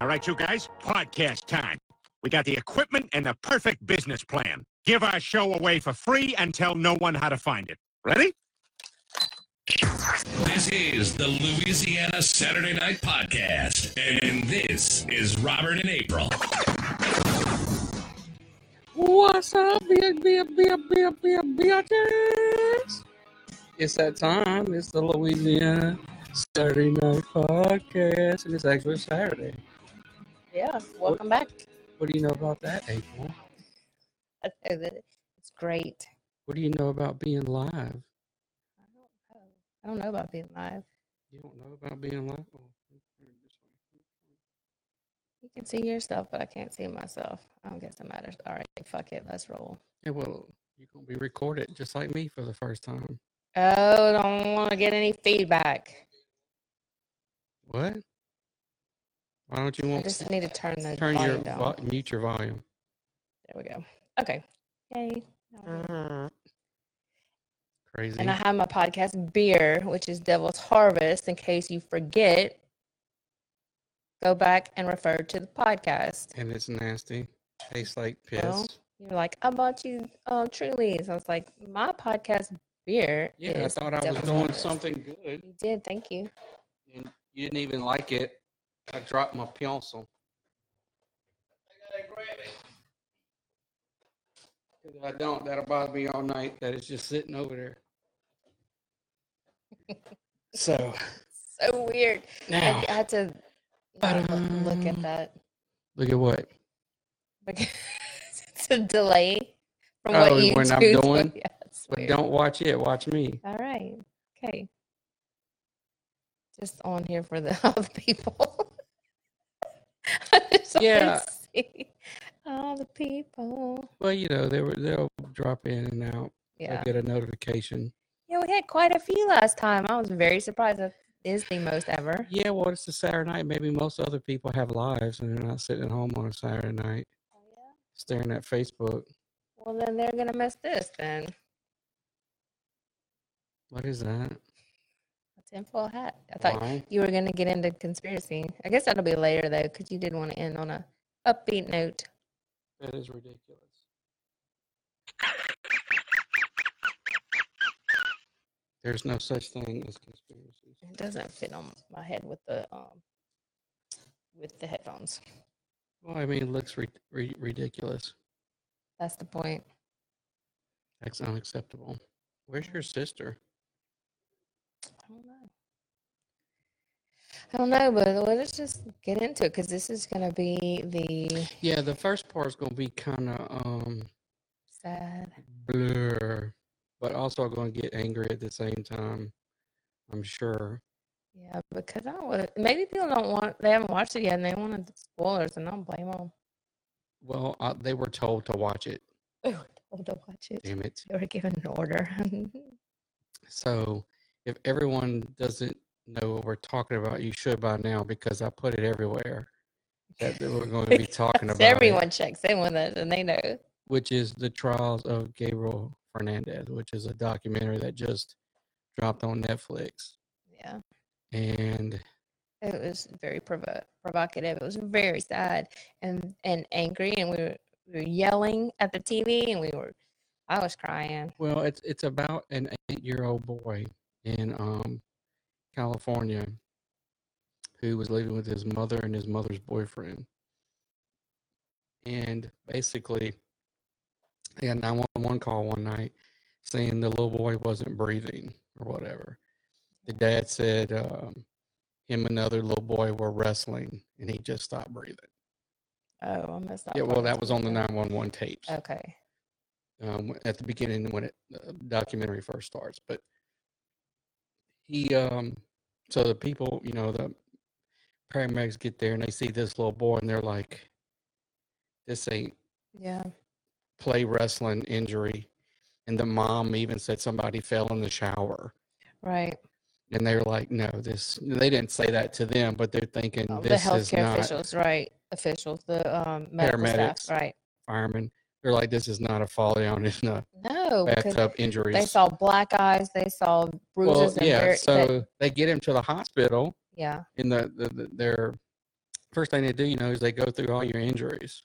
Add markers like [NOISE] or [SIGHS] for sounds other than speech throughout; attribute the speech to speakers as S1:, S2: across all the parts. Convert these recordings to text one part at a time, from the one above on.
S1: All right, you guys, podcast time. We got the equipment and the perfect business plan. Give our show away for free and tell no one how to find it. Ready?
S2: This is the Louisiana Saturday Night Podcast, and this is Robert and April.
S3: What's up, big, big, big, big, big, bitches? It's that time. It's the Louisiana Saturday Night Podcast, and it's actually Saturday.
S4: Yeah, welcome back.
S3: What do you know about that, April?
S4: I know that It's great.
S3: What do you know about being live?
S4: I don't know. I don't know about being live.
S3: You don't know about being live? Oh, here, this way.
S4: You can see yourself, but I can't see myself. I don't guess it matters. All right, fuck it. Let's roll.
S3: Yeah, well, you're going to be recorded just like me for the first time.
S4: Oh, don't want to get any feedback.
S3: What? Why don't you
S4: I
S3: want
S4: just need to turn the
S3: turn your
S4: volume down.
S3: vo- mute your volume?
S4: There we go. Okay. Yay. Now we're-
S3: Mm-hmm. Crazy.
S4: And I have my podcast beer, which is Devil's Harvest. In case you forget, go back and refer to the podcast.
S3: and it's nasty. Tastes like piss.
S4: Well, You're like, I bought you uh, Trulies. I was like, my podcast beer.
S3: Yeah, I
S4: is
S3: thought I was
S4: Devil's
S3: doing
S4: Harvest."
S3: something good,
S4: You did. Thank you.
S3: and you didn't even like it. I dropped my pencil. If I don't, that'll bother me all night. That it's just sitting over there. so
S4: [LAUGHS] So weird.
S3: now,
S4: I had to not lo- look
S3: Ah. Ba-dum.
S4: at that
S3: look at what
S4: [LAUGHS] because it's a delay from
S3: Oh,
S4: what you
S3: when I'm
S4: two
S3: doing?
S4: [LAUGHS] Yeah, it's
S3: But
S4: weird.
S3: don't watch it. Watch me.
S4: All right. Okay. Just on here for the [LAUGHS] all the people. [LAUGHS] I just wanna
S3: Yeah.
S4: see All the people.
S3: Well, you know they were they'll drop in and out.
S4: Yeah.
S3: I get a notification.
S4: Yeah, we had quite a few last time. I was very surprised. That is the most ever.
S3: Yeah, well, it's a Saturday night. Maybe most other people have lives and they're not sitting at home on a Saturday night
S4: Oh,
S3: staring at Facebook.
S4: Well, then they're gonna miss this then.
S3: What is that?
S4: A tinfoil hat. I thought
S3: Why?
S4: you were gonna get into conspiracy. I guess that'll be later though, because you did want to end on a upbeat note.
S3: That is ridiculous. There's no such thing as conspiracies.
S4: It doesn't fit on my head with the um with the headphones.
S3: Well, I mean, it looks ri- ri- ridiculous.
S4: That's the point.
S3: That's unacceptable. Where's your sister?
S4: I don't know. I don't know, but let's just get into it because this is gonna be the
S3: Yeah, the first part's gonna be kind of um
S4: sad.
S3: blur, but also gonna get angry at the same time. I'm sure.
S4: Yeah, because I would maybe people don't want they haven't watched it yet and they wanted the spoilers and I don't blame [LAUGHS] them.
S3: Well, uh, they were told to watch it.
S4: to watch it.
S3: Damn it.
S4: They were given an order. [LAUGHS]
S3: So if everyone doesn't know what we're talking about, you should by now because I put it everywhere that that we're going to be talking
S4: Because
S3: about. it,
S4: everyone checks in with us and they know.
S3: which is the trials of Gabriel Fernandez, which is a documentary that just dropped on Netflix.
S4: Yeah,
S3: And
S4: it was very provo- provocative. It was very sad and and angry, and we were, we were yelling at the TV, and we were. I was crying.
S3: well, it's it's about an eight-year-old boy in um, California who was living with his mother and his mother's boyfriend. And basically, they got a 911 call one night saying the little boy wasn't breathing or whatever. The dad said um, him and another little boy were wrestling and he just stopped breathing.
S4: Oh, I missed that.
S3: Yeah,
S4: part.
S3: well, that was on the
S4: Okay.
S3: 911 tapes
S4: Okay.
S3: um, at the beginning when it uh, documentary first starts. But he, um, so the people, you know, the paramedics get there and they see this little boy and they're like, "This ain't
S4: Yeah.
S3: play wrestling injury." And the mom even said somebody fell in the shower,
S4: Right.
S3: and they were like, "No, this." They didn't say that to them, but they're thinking
S4: Oh, the
S3: this is
S4: healthcare
S3: not
S4: officials, right? Officials, the um, medical
S3: Paramedics.
S4: staff, right?
S3: firemen. They're like, "This is not a fall down. It's not
S4: No, because
S3: bathtub injuries."
S4: Oh, they saw black eyes, they saw bruises,
S3: well, yeah.
S4: and very,
S3: so they get him to the hospital,
S4: yeah,
S3: in the, the, the their first thing they do, you know, is they go through all your injuries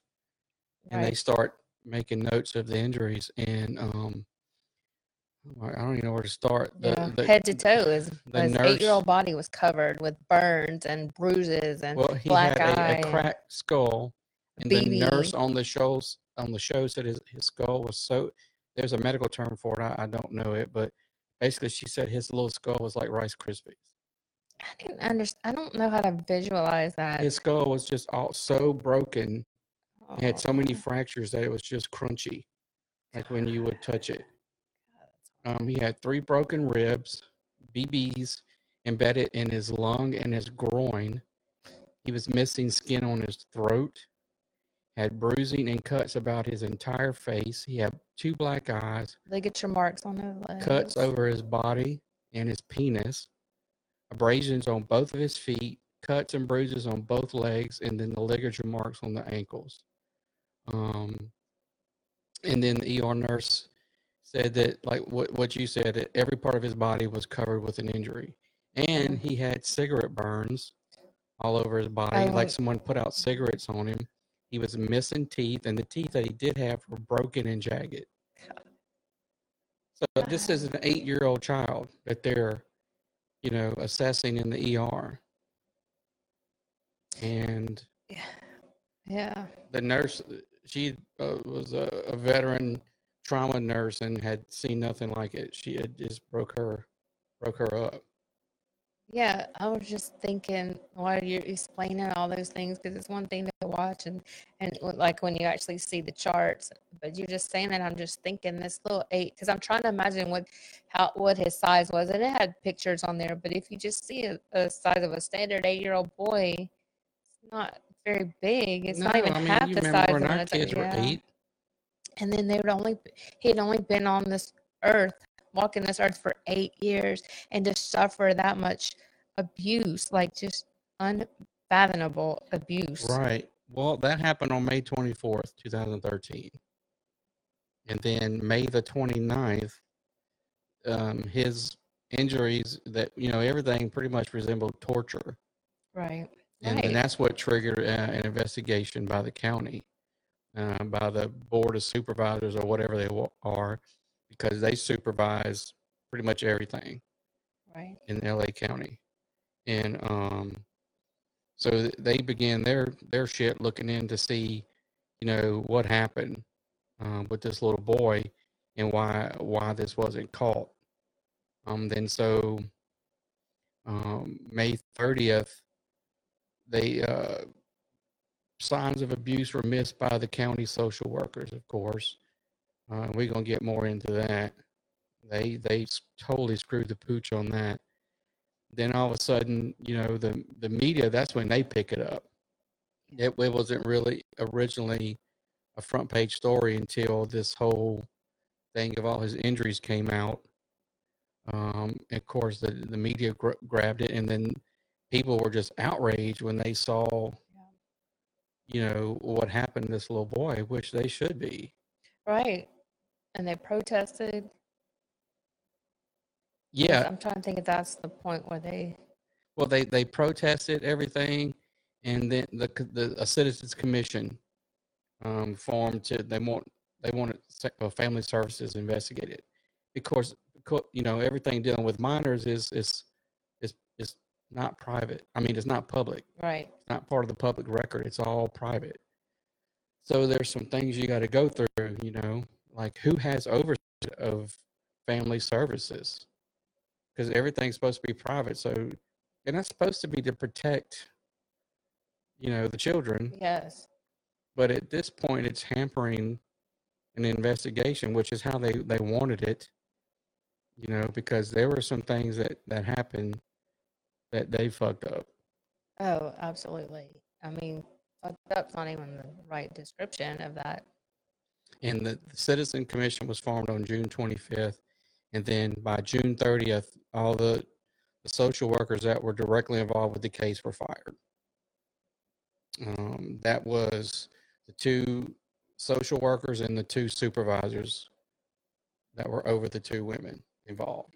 S3: and they
S4: Right.
S3: start making notes of the injuries. And um, I I don't even know where to start. The,
S4: yeah.
S3: the-
S4: Head to toe, his,
S3: the
S4: his
S3: nurse-
S4: eight-year-old body was covered with burns and bruises and
S3: Well, he
S4: black
S3: had
S4: eye. E.
S3: a,
S4: and-
S3: a cracked skull, and
S4: BB.
S3: the nurse on the shows on the show said his, his skull was so. There's a medical term for it. I, I don't know it, but basically, she said his little skull was like Rice Krispies.
S4: I didn't understand. I don't know how to visualize that.
S3: His skull was just all so broken. It had so many
S4: Oh,
S3: fractures that it was just crunchy, like when you would touch it.
S4: God, that's
S3: Um, he had three broken ribs, BBs embedded in his lung and his groin. He was missing skin on his throat, had bruising and cuts about his entire face. He had two black eyes,
S4: ligature marks on his legs.
S3: cuts over his body and his penis, abrasions on both of his feet, cuts and bruises on both legs, and then the ligature marks on the ankles. Um, and then the ER nurse said that, like what, what you said, that every part of his body was covered with an injury. And he had cigarette burns all over his body, like
S4: want-
S3: someone put out cigarettes on him. He was missing teeth, and the teeth that he did have were broken and jagged. So this is an eight-year-old child that they're, you know, assessing in the ER. And
S4: Yeah. Yeah.
S3: the nurse, uh, she uh, was a, a veteran trauma nurse and had seen nothing like it. She had just broke her, broke her up.
S4: Yeah, I was just thinking while you're explaining all those things, because it's one thing to watch and and w- like when you actually see the charts, but you're just saying that I'm just thinking this little eight, because I'm trying to imagine what how what his size was, and it had pictures on there, but if you just see a, a size of a standard eight year old boy, it's not very big. It's not even half the size of
S3: when
S4: an
S3: our
S4: adult.
S3: kids
S4: Yeah.
S3: were eight,
S4: and then they would only he had only been on this earth walking this earth for eight years and to suffer that much abuse like just unfathomable abuse
S3: right? Well, that happened on May twenty fourth, two thousand thirteen, and then May the 29th, um, his injuries that you know everything pretty much resembled torture.
S4: right
S3: and,
S4: Right.
S3: and that's what triggered uh, an investigation by the county, uh, by the board of supervisors or whatever they wa- are, because they supervise pretty much everything
S4: right
S3: in LA County, and um, so th- they began their their shit looking in to see, you know, what happened um, with this little boy and why why this wasn't caught. Um, then so um, May thirtieth, they uh, signs of abuse were missed by the county social workers, of course. Uh, we're gonna get more into that they they s- totally screwed the pooch on that. Then all of a sudden, you know, the the media that's when they pick it up. It, it wasn't really originally a front page story until this whole thing of all his injuries came out. Um, and of course, the the media gr- grabbed it, and then people were just outraged when they saw,
S4: Yeah.
S3: you know, what happened to this little boy, which they should be.
S4: right and they protested 'cause
S3: Yeah,
S4: i'm trying to think if that's the point where they
S3: Well, they, they protested everything, and then the c- the a citizens commission um, formed to they want they wanted se- uh, family services investigated because co- you know everything dealing with minors is is is is not private. I mean, it's not public.
S4: right
S3: It's not part of the public record. It's all private. So there's some things you got to go through. You know, like who has oversight of family services because everything's supposed to be private. So, and that's supposed to be to protect, you know, the children.
S4: yes
S3: But at this point, it's hampering an investigation, which is how they they wanted it. You know, because there were some things that that happened that they fucked up.
S4: oh absolutely i mean fucked up's not even the right description of that
S3: and the, the citizen commission was formed on June 25th, and then by June 30th, all the, the social workers that were directly involved with the case were fired. Um, that was the two social workers and the two supervisors that were over the two women involved.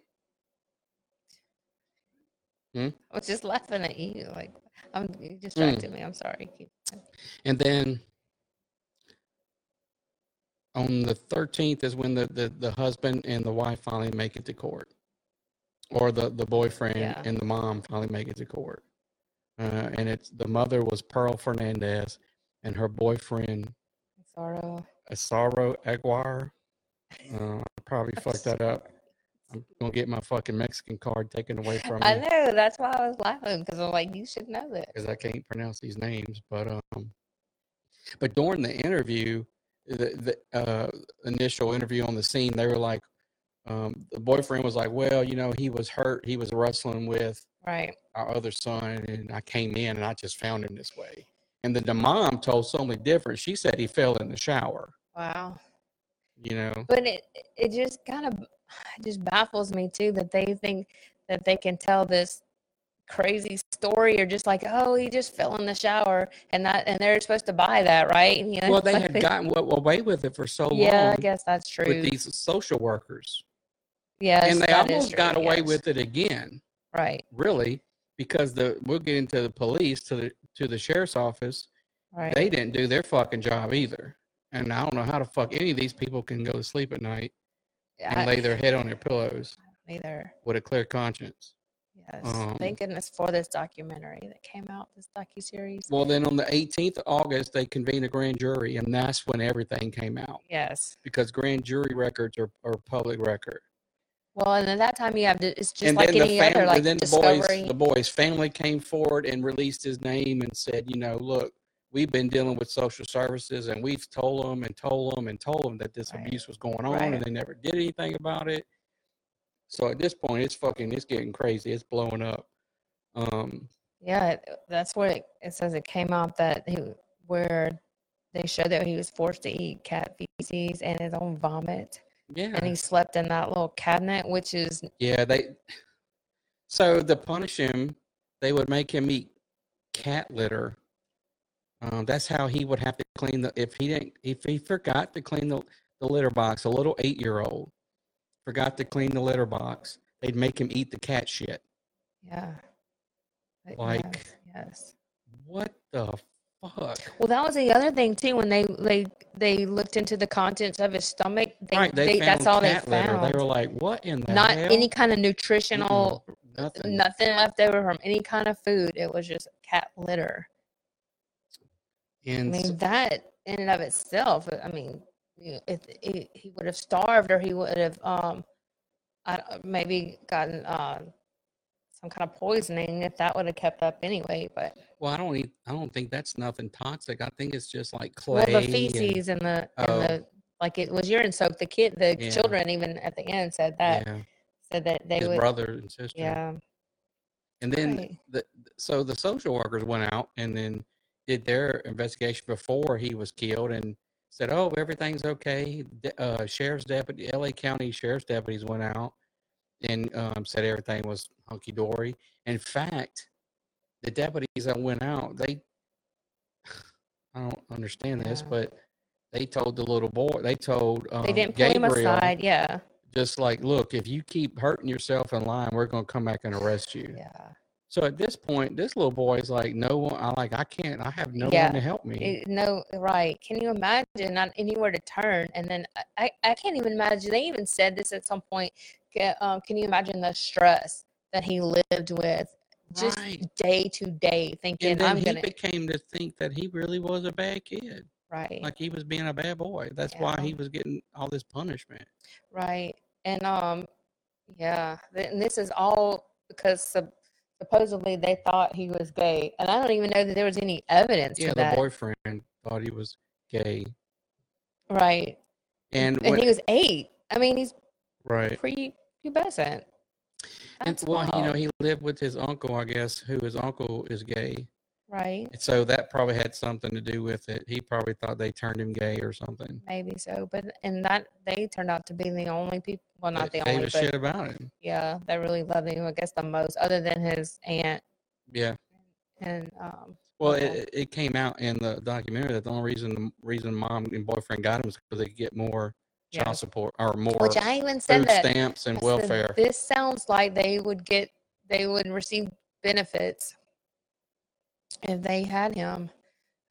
S4: i was just laughing at you like I'm you
S3: Hmm.
S4: distracted me. I'm sorry. Keep-
S3: And then on the 13th is when the, the, the husband and the wife finally make it to court, or the, the boyfriend
S4: Yeah.
S3: and the mom finally make it to court. Uh, and it's the mother was Pearl Fernandez, and her boyfriend
S4: Sorrow.
S3: Asaro Aguirre. Uh, I probably fucked that up. I'm gonna get my fucking Mexican card taken away from
S4: [LAUGHS] I
S3: me
S4: know. That's why I was laughing because I'm like, you should know that.
S3: because I can't pronounce these names. But um, but during the interview, the the uh, initial interview on the scene, they were like, um, the boyfriend was like, well, you know, he was hurt. He was wrestling with
S4: Right.
S3: our other son, and I came in and I just found him this way. And then the mom told something different. She said he fell in the shower.
S4: Wow.
S3: You know,
S4: But it it just kind of [SIGHS] it just baffles me too that they think that they can tell this crazy story or just like oh he just fell in the shower and that and they're supposed to buy that right you know,
S3: well,
S4: it's
S3: they
S4: like
S3: had gotten wa- away with it for so
S4: [LAUGHS] yeah
S3: long
S4: I guess that's true
S3: with these social workers,
S4: yeah
S3: and they almost got away with it again,
S4: right
S3: really, because the we'll get into the police to the to the sheriff's office.
S4: right
S3: They didn't do their fucking job either, and I don't know how the fuck any of these people can go to sleep at night and
S4: I-
S3: lay their head on their pillows
S4: either
S3: with a clear conscience.
S4: yes
S3: Um,
S4: thank goodness for this documentary that came out this docu series
S3: Well, then on the 18th of August, they convened a grand jury, and that's when everything came out
S4: yes
S3: because grand jury records are, are public record.
S4: well and at that time you have to it's just like any
S3: fam-
S4: other like
S3: and then the
S4: discovery
S3: boys, the boys' family came forward and released his name and said, you know, look, we've been dealing with social services and we've told them and told them and told them that this
S4: Right.
S3: abuse was going on
S4: Right.
S3: and they never did anything about it. So at this point, it's fucking, it's getting crazy. It's blowing up. Um,
S4: Yeah, it- that's where it, it says it came out that he, where they showed that he was forced to eat cat feces and his own vomit,
S3: yeah,
S4: and he slept in that little cabinet, which is
S3: yeah. They so to punish him, they would make him eat cat litter. Um, that's how he would have to clean the if he didn't if he forgot to clean the, the litter box. A little eight year old forgot to clean the litter box. They'd make him eat the cat shit.
S4: yeah. But
S3: Like-
S4: yes, yes.
S3: What the fuck?
S4: Well, that was the other thing too. When they they they looked into the contents of his stomach, they,
S3: right? They,
S4: they-
S3: found
S4: that's all they
S3: cat litter.
S4: found.
S3: They were like, "What in the
S4: Not
S3: hell?"
S4: any kind of nutritional,
S3: Mm-mm, nothing.
S4: nothing left over from any kind of food. It was just cat litter. I
S3: And so-
S4: mean, that in and of itself, I mean, you know, if, i he would have starved or he would have, um, I, don't- maybe gotten, uh, some kind of poisoning if that would have kept up anyway, but
S3: well, I don't. Even, I don't think that's nothing toxic. I think it's just like clay.
S4: well, the
S3: and-
S4: feces and the, and
S3: Oh.
S4: the, like it was urine soaked. The kid, the
S3: Yeah.
S4: children even at the end said that,
S3: yeah,
S4: said that they
S3: his
S4: would,
S3: brother and sister.
S4: yeah,
S3: And then
S4: Right.
S3: the th- so the social workers went out and then did their investigation before he was killed and said, "Oh, everything's okay." The, uh, sheriff's deputy, L.A. County sheriff's deputies went out and um, said everything was hunky dory. In fact, the deputies that went out, they I don't understand this,
S4: Yeah.
S3: but they told the little boy, they told um,
S4: they didn't pull
S3: Gabriel,
S4: him aside. Yeah.
S3: just like, "Look, if you keep hurting yourself in line, we're going to come back and arrest you."
S4: Yeah.
S3: So at this point, this little boy is like, no one. I like, I can't. I have no
S4: Yeah,
S3: one to help me.
S4: Eh, No, right. Can you imagine not anywhere to turn? And then I- I, I can't even imagine. They even said this at some point. ca- Um, can you imagine the stress that he lived with just
S3: Right.
S4: day to day thinking,
S3: And then
S4: I'm
S3: he
S4: going to,
S3: became to think that he really was a bad kid.
S4: right,
S3: Like he was being a bad boy. That's why
S4: Yeah.
S3: he was getting all this punishment.
S4: right. And, um, yeah. th- And this is all because sup- supposedly they thought he was gay. And I don't even know that there was any evidence
S3: Yeah,
S4: to
S3: the
S4: that.
S3: boyfriend thought he was gay,
S4: Right.
S3: and,
S4: And
S3: what,
S4: he was eight. I mean, he's
S3: right.
S4: pre pubescent.
S3: And
S4: That's
S3: well, you know,
S4: wild.
S3: he lived with his uncle, I guess, who his uncle is gay.
S4: Right.
S3: And so that probably had something to do with it. He probably thought they turned him gay or something.
S4: Maybe so, but and that they turned out to be the only people. Well, not
S3: They
S4: the
S3: gave
S4: only,
S3: a
S4: but
S3: shit about him.
S4: yeah, they really loved him. I guess the most, other than his aunt
S3: Yeah.
S4: and um.
S3: Well,
S4: Okay.
S3: it, it came out in the documentary that the only reason the reason mom and boyfriend got him was because they could get more
S4: Yeah.
S3: child support or more
S4: Which I even said
S3: food
S4: that
S3: stamps and
S4: I said,
S3: welfare.
S4: This sounds like they would get, they would receive benefits if they had him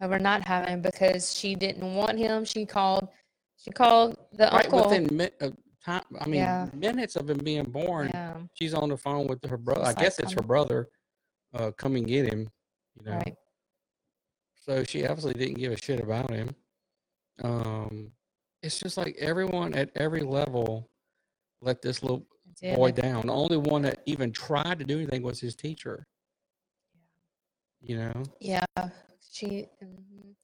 S4: over not having him because she didn't want him. She called. She called the
S3: Right
S4: uncle.
S3: within mi- uh, time, I mean,
S4: Yeah.
S3: minutes of him being born,
S4: yeah,
S3: she's on the phone with her brother. I
S4: It's like
S3: guess it's her
S4: some-
S3: brother. Uh, come and get him. You know.
S4: right.
S3: So she obviously didn't give a shit about him. Um, it's just like everyone at every level let this little
S4: It did.
S3: boy down. The only one that even tried to do anything was his teacher. You know,
S4: Yeah, she. mhm.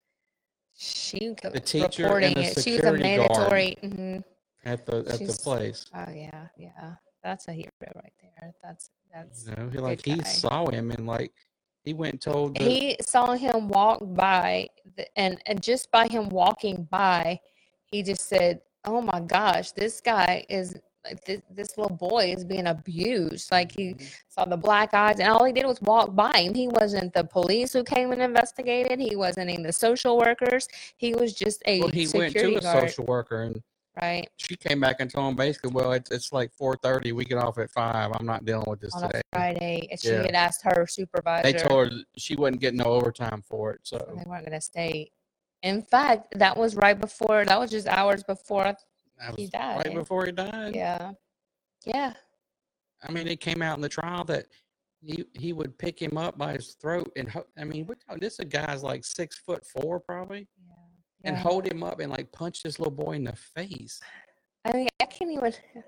S4: She kept
S3: teacher and
S4: reporting
S3: the
S4: it. She was a
S3: security guard.
S4: mandatory. mhm.
S3: at the at the
S4: She's-
S3: place.
S4: Oh yeah, yeah. That's a hero right there. That's that's.
S3: You know, he like he
S4: guy.
S3: saw him and like he went and told the,
S4: He saw him walk by, th- and and just by him walking by, he just said, "Oh my gosh, this guy is." Like this, this little boy is being abused. Like he saw the black eyes, and all he did was walk by him. He wasn't the police who came and investigated. He wasn't even the social workers. He was just a
S3: well, he went
S4: security
S3: to a
S4: guard,
S3: social worker and
S4: right?
S3: she came back and told him basically, well, it's it's like four thirty. We get off at five. I'm not dealing with this
S4: On
S3: today.
S4: a Friday, and she
S3: Yeah.
S4: had asked her supervisor.
S3: They told her th- she wasn't getting no overtime for it. So
S4: and they weren't going to stay. In fact, that was right before, that was just hours before. I-
S3: that
S4: He
S3: was right
S4: died.
S3: before he died.
S4: Yeah. Yeah.
S3: I mean, it came out in the trial that he he would pick him up by his throat and ho- I mean, we're talking, this is a guy's like six foot four probably,
S4: yeah.
S3: and hold him up and like punch this little boy in the face.
S4: I mean, I can't even, [LAUGHS] oh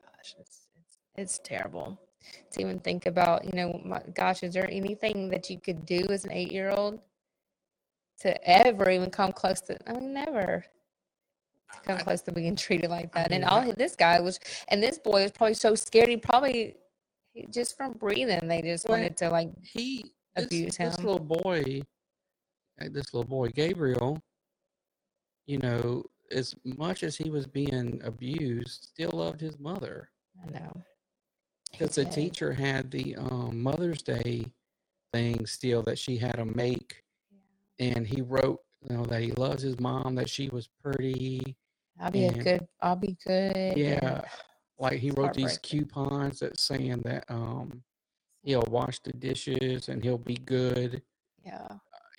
S4: gosh, it's, it's, it's terrible to even think about, you know, my, gosh, is there anything that you could do as an eight year old to ever even come close to, I mean, never. to Come
S3: I-
S4: close to being treated like
S3: I
S4: that, and
S3: mean,
S4: all
S3: I-
S4: he- this guy was, and this boy was probably so scared. He probably, he- just from breathing, they just
S3: Well,
S4: wanted to like
S3: He this,
S4: Abuse
S3: this
S4: him.
S3: little boy, uh, this little boy Gabriel. You know, as much as he was being abused, still loved his mother.
S4: I know. He
S3: Because the
S4: did.
S3: teacher had the um, Mother's Day thing still that she had him make, and he wrote, you know, that he loves his mom, that she was pretty.
S4: I'll be a
S3: and-
S4: good. I'll be good. and-
S3: Yeah, like he
S4: It's
S3: wrote these
S4: heartbreaking.
S3: coupons that saying that um, he'll wash the dishes and he'll be good.
S4: Yeah.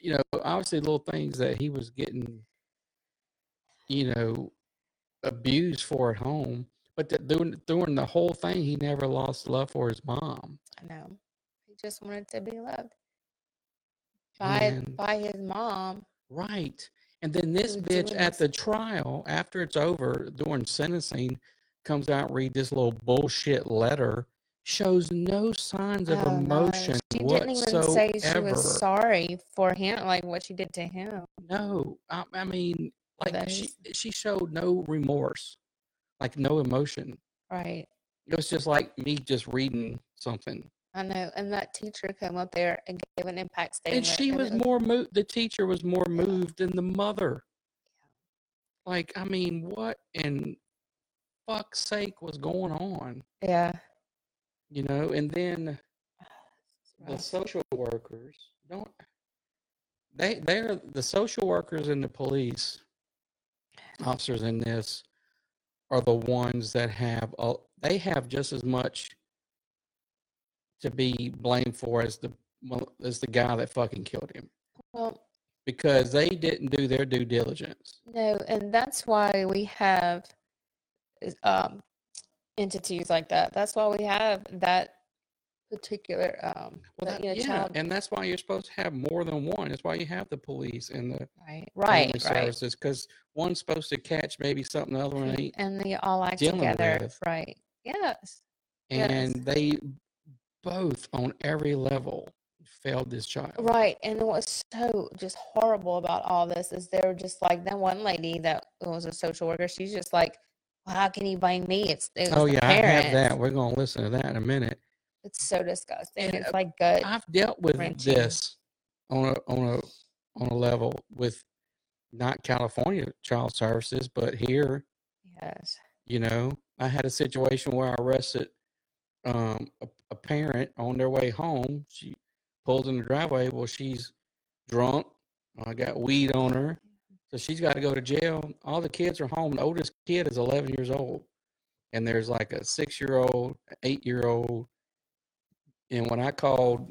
S3: You know, obviously little things that he was getting, you know, abused for at home. But that during, during the whole thing, he never lost love for his mom.
S4: I know. He just wanted to be loved by
S3: And-
S4: by his mom.
S3: Right. And then this
S4: were
S3: bitch
S4: doing
S3: at
S4: this-
S3: the trial, after it's over, during sentencing, comes out, read this little bullshit letter, shows no signs of
S4: Oh, no.
S3: emotion
S4: She didn't even say she
S3: whatsoever.
S4: was sorry for him, like what she did to him.
S3: No, I, I mean, like
S4: That
S3: she
S4: is-
S3: she showed no remorse, like no emotion.
S4: Right.
S3: It was just like me just reading something.
S4: I know. And that teacher came up there and gave an impact
S3: And
S4: statement.
S3: she
S4: it
S3: was more moved, the teacher was more
S4: Yeah.
S3: moved than the mother. Like, I mean, what in fuck's sake was going on?
S4: Yeah.
S3: you know and then
S4: it's
S3: the
S4: rough.
S3: social workers don't they they're the social workers and the police officers in this are the ones that have a, they have just as much to be blamed for as the well, as the guy that fucking killed him
S4: Well,
S3: because they didn't do their due diligence
S4: No, and that's why we have is, um, entities like that. That's why we have that particular um,
S3: well that,
S4: that, you know,
S3: yeah
S4: child.
S3: and that's why you're supposed to have more than one that's why you have the police and the
S4: right,
S3: family
S4: right, right.
S3: services because one's supposed to catch maybe something the other one ain't
S4: And they all act
S3: dealing
S4: together.
S3: with.
S4: Right. Yes. Yes.
S3: and they both on every level failed this child.
S4: Right. And what's so just horrible about all this is they're just like that one lady that was a social worker. She's just like, well, how can you blame me? It's, it's
S3: Oh
S4: the
S3: yeah, I
S4: parents.
S3: have that. We're gonna listen to that in a minute.
S4: It's so disgusting.
S3: And, uh,
S4: It's like gut.
S3: I've dealt with
S4: wrenching.
S3: this on a on a on a level with not California child services, but here,
S4: yes.
S3: you know, I had a situation where I arrested um, a, a parent on their way home. She pulls in the driveway. Well, she's drunk. I got weed on her. So she's got to go to jail. All the kids are home. The oldest kid is 11 years old. And there's like a six year old, eight year old. And when I called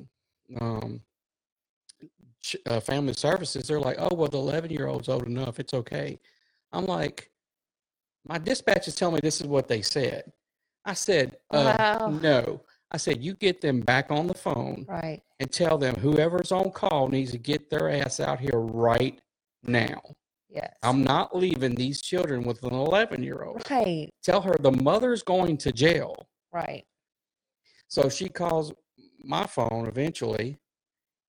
S3: um, ch- uh, family services, they're like, oh, well, the 11 year old's old enough. It's okay. I'm like, my dispatchers tell me this is what they said. I said, uh,
S4: Wow.
S3: no. I said, you get them back on the phone
S4: Right.
S3: and tell them whoever's on call needs to get their ass out here right now.
S4: Yes.
S3: I'm not leaving these children with an 11 year old.
S4: right.
S3: Tell her the mother's going to jail.
S4: Right.
S3: So she calls my phone eventually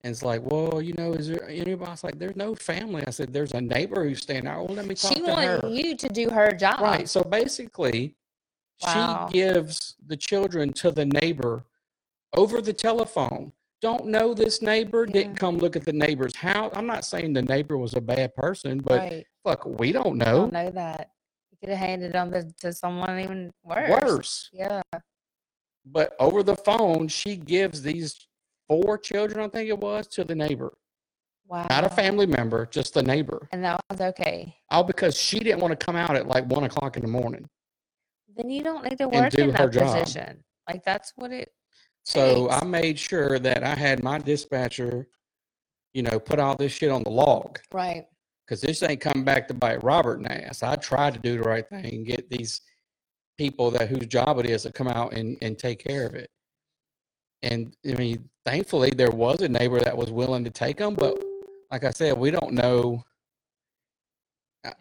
S3: and it's like, well, you know, is there anybody? I was like, there's no family. I said, there's a neighbor who's staying out. Well, let me talk
S4: She
S3: to her.
S4: wanted you to do her job.
S3: Right. So basically,
S4: Wow.
S3: she gives the children to the neighbor over the telephone. Don't know this neighbor.
S4: Yeah.
S3: Didn't come look at the neighbor's house. I'm not saying the neighbor was a bad person, but
S4: right.
S3: fuck, we don't
S4: I
S3: know.
S4: don't know that. You could have handed them to, to someone even worse.
S3: Worse.
S4: Yeah.
S3: But over the phone, she gives these four children, I think it was, to the neighbor.
S4: Wow.
S3: not a family member, just the neighbor.
S4: And that was okay.
S3: All because she didn't want to come out at like one o'clock in the morning.
S4: Then you don't need to
S3: And
S4: work
S3: do
S4: in
S3: her
S4: that
S3: job.
S4: position. Like that's what it.
S3: So
S4: Thanks.
S3: I made sure that I had my dispatcher, you know, put all this shit on the log
S4: Right.
S3: because this ain't come back to bite Robert in the ass. I tried to do the right thing and get these people that whose job it is to come out and, and take care of it. And I mean, thankfully there was a neighbor that was willing to take them, but like I said, we don't know.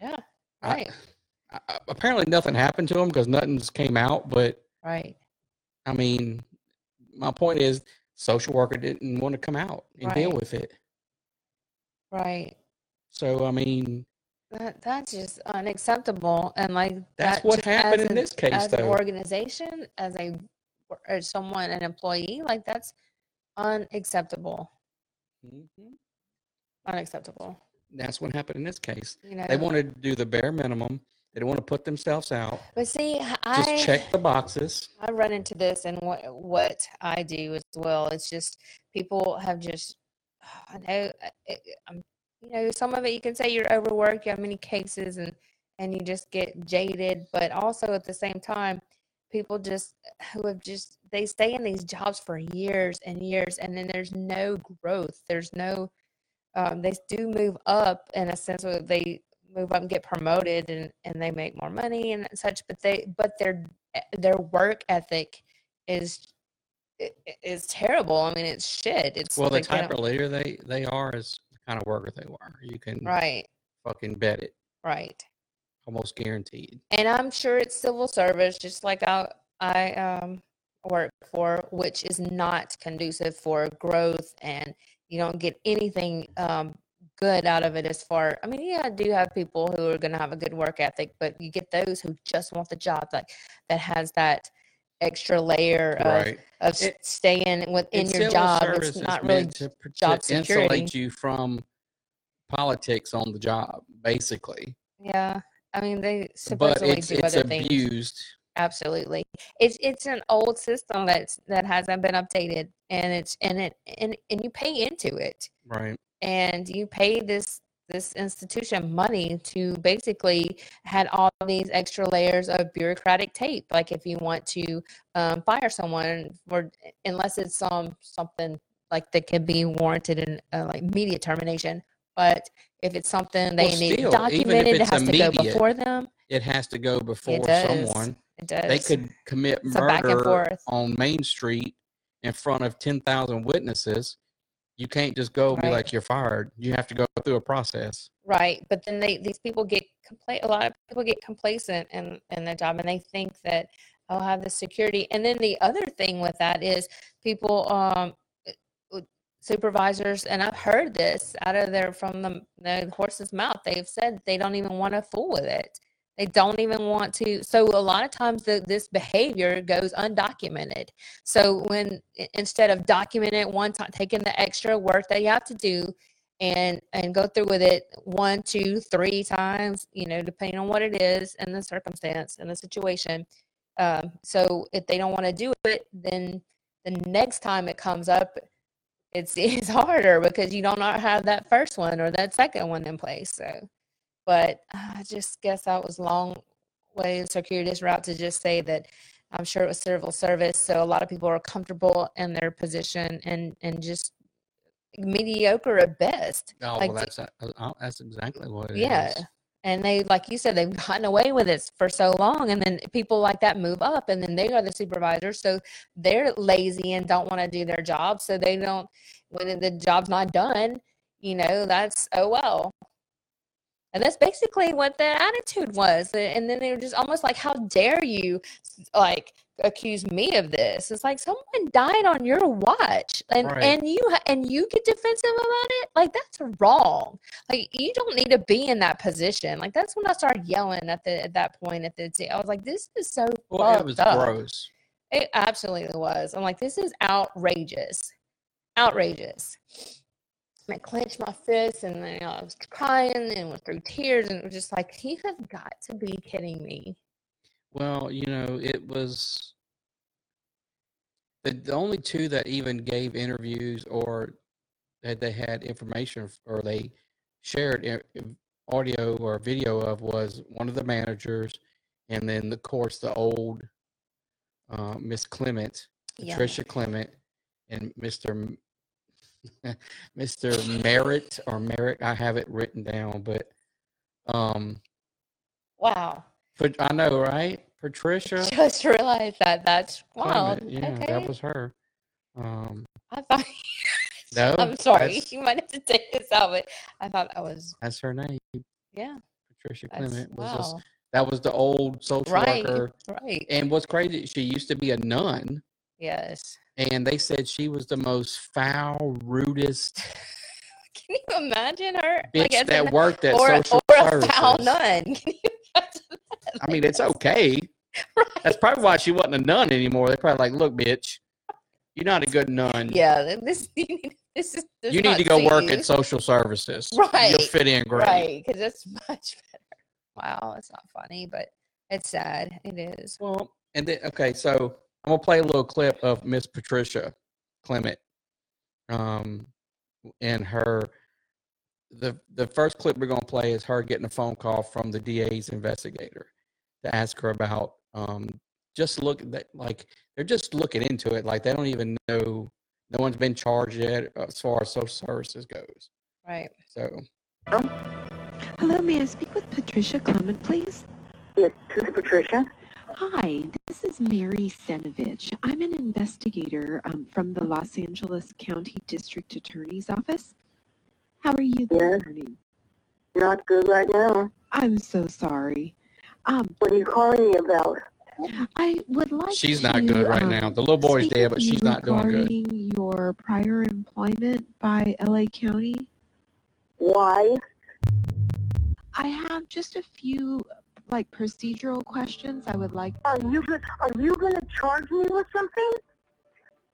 S4: Yeah.
S3: I-
S4: Right.
S3: I- I- apparently nothing happened to them because nothing just came out, but
S4: Right.
S3: I mean, my point is, social worker didn't want to come out and deal
S4: Right.
S3: with it.
S4: Right.
S3: So I mean,
S4: That that's just unacceptable. And like
S3: that's
S4: that
S3: what
S4: just as
S3: happened in
S4: an-
S3: this case,
S4: as an
S3: though.
S4: organization, as a wor- or someone, an employee, like that's unacceptable.
S3: Mhm.
S4: Unacceptable.
S3: That's what happened in this case.
S4: You know.
S3: They wanted to do the bare minimum. They didn't want to put themselves out.
S4: but see, h-
S3: Just
S4: I
S3: check the boxes.
S4: I run into this and what what I do as well. It's just people have just I know uh, it, I'm, you know some of it you can say you're overworked, you have many cases and and you just get jaded, but also at the same time people just uh, who have just they stay in these jobs for years and years and then there's no growth. There's no um, they do move up in a sense where they move up and get promoted and, and they make more money and such but they but their e- their work ethic is i- i- is terrible i mean it's shit it's
S3: Well, the
S4: like they
S3: type
S4: don't-
S3: of leader they they are is the kind of worker they are. You can
S4: right
S3: fucking bet it,
S4: right
S3: almost guaranteed.
S4: and i'm sure it's civil service just like i i um work for which is not conducive for growth and you don't get anything um good out of it as far i mean yeah i do have people who are going to have a good work ethic but you get those who just want the job like that has that extra layer of,
S3: Right.
S4: of s-
S3: It-
S4: staying within
S3: And
S4: your
S3: civil
S4: job
S3: service
S4: it's
S3: is
S4: not really
S3: meant to, pr- to
S4: job
S3: insulate
S4: security.
S3: you from politics on the job, basically.
S4: yeah i mean they
S3: But
S4: supposedly
S3: it's
S4: do
S3: it's
S4: other things
S3: abused.
S4: absolutely it's it's an old system that's that hasn't been updated and it's and it and, and you pay into it
S3: Right.
S4: and you pay this this institution money to basically had all these extra layers of bureaucratic tape like if you want to um, fire someone for unless it's um something like that could be warranted in uh, like media termination but if it's something they
S3: Well,
S4: need
S3: still, even if
S4: documented it
S3: it's
S4: has to go
S3: immediate,
S4: before them
S3: It has to go before
S4: does.
S3: someone.
S4: it does
S3: They could commit
S4: It's a back and
S3: murder
S4: forth.
S3: on Main Street in front of ten thousand witnesses. You can't just go and be
S4: Right.
S3: like you're fired. You have to go through a process.
S4: Right, but then they these people get compla A lot of people get complacent in in their job, and they think that I'll have the security. And then the other thing with that is people, um, it- w- supervisors, and I've heard this out of their from the, the horse's mouth. They've said they don't even want to fool with it. They don't even want to. So a lot of times the, this behavior goes undocumented. So when i- instead of documenting it one time, taking the extra work that you have to do, and and go through with it one two three times you know depending on what it is and the circumstance and the situation um, so if they don't want to do it then the next time it comes up it's [LAUGHS] it's harder because you don't not have that first one or that second one in place so but i just guess that was long way and circuitous route to just say that i'm sure it was civil service so a lot of people are comfortable in their position and and just mediocre at best.
S3: Oh,
S4: Like,
S3: well,
S4: d-
S3: that's uh, uh, that's exactly what it is.
S4: Yeah. And they, like you said, they've gotten away with it for so long. And then people like that move up and then they are the supervisors. So they're lazy and don't want to do their job. So they don't, when the job's not done, you know, that's, oh, well. And that's basically what the attitude was. a- And then they were just almost like, how dare you, s- like, accuse me of this? It's like someone died on your watch and,
S3: Right.
S4: and you, ha- and you get defensive about it. Like, that's wrong like you don't need to be in that position. Like that's when I started yelling at the at that point at the t- I was like, this is so
S3: Well, it
S4: fucked
S3: was
S4: up.
S3: gross.
S4: It absolutely was. I'm like, this is outrageous, outrageous. And I clenched my fists and then I was crying and was through tears and it was just like, you have got to be kidding me.
S3: Well, you know, it was the, the only two that even gave interviews or that they had information f- or they shared i- i- audio or video of was one of the managers, and then of course the old uh, Miss Clement,
S4: Yeah.
S3: Patricia Clement, and Mister M- [LAUGHS] Mister Merritt or Merritt. I have it written down, but um,
S4: Wow.
S3: but I know right, Patricia.
S4: [LAUGHS] Just realized that. That's
S3: Clement,
S4: wild.
S3: Yeah,
S4: okay.
S3: that was her. Um,
S4: I thought. [LAUGHS]
S3: No,
S4: I'm sorry.
S3: that's-
S4: You might have to take this out, but I thought I was.
S3: that's her name,
S4: Yeah.
S3: Patricia
S4: That's,
S3: Clement. Was
S4: wow.
S3: this, that was the old social
S4: Right.
S3: worker.
S4: Right.
S3: And what's crazy, she used to be a nun,
S4: Yes. [LAUGHS]
S3: and they said she was the most foul, rudest
S4: [LAUGHS] Can you imagine her?
S3: bitch
S4: as
S3: that
S4: a-
S3: worked at
S4: or, a-
S3: social
S4: or a
S3: services.
S4: foul nun. [LAUGHS] Can you imagine?
S3: I mean, it's okay. That's probably why she wasn't a nun anymore. They're probably like, "Look, bitch, you're not a good nun.
S4: Yeah. th- This. [LAUGHS] You need, this is. does
S3: you need
S4: not
S3: to go
S4: suit
S3: work
S4: you.
S3: at social services.
S4: Right,
S3: You'll fit in great."
S4: Right. Because that's [LAUGHS] much better. Wow. It's not funny, but it's sad. It is.
S3: Well, and then okay, so I'm gonna play a little clip of Miss Patricia Clement, um, and her. The the first clip we're gonna play is her getting a phone call from the DA's investigator to ask her about um just look that like they're just looking into it like they don't even know no one's been charged yet as far as social services goes.
S4: Right.
S3: So
S5: Hello, may I speak with Patricia Clement, please?
S6: Yes, this is Patricia.
S5: Hi, this is Mary Senovich. I'm an investigator um, from the Los Angeles County District Attorney's Office. How are you this
S6: Yes.
S5: morning?
S6: Not good right now.
S5: I'm so sorry. Um,
S6: What are you calling me about?
S5: I would like
S3: she's
S5: to,
S3: not good right
S5: um,
S3: now. The little boy's
S5: speak
S3: dead,
S5: with
S3: but
S5: you
S3: she's not doing good.
S5: Regarding your prior employment by LA County,
S6: Why?
S5: I have just a few like procedural questions I would like
S6: Are you go- are you going to charge me with something?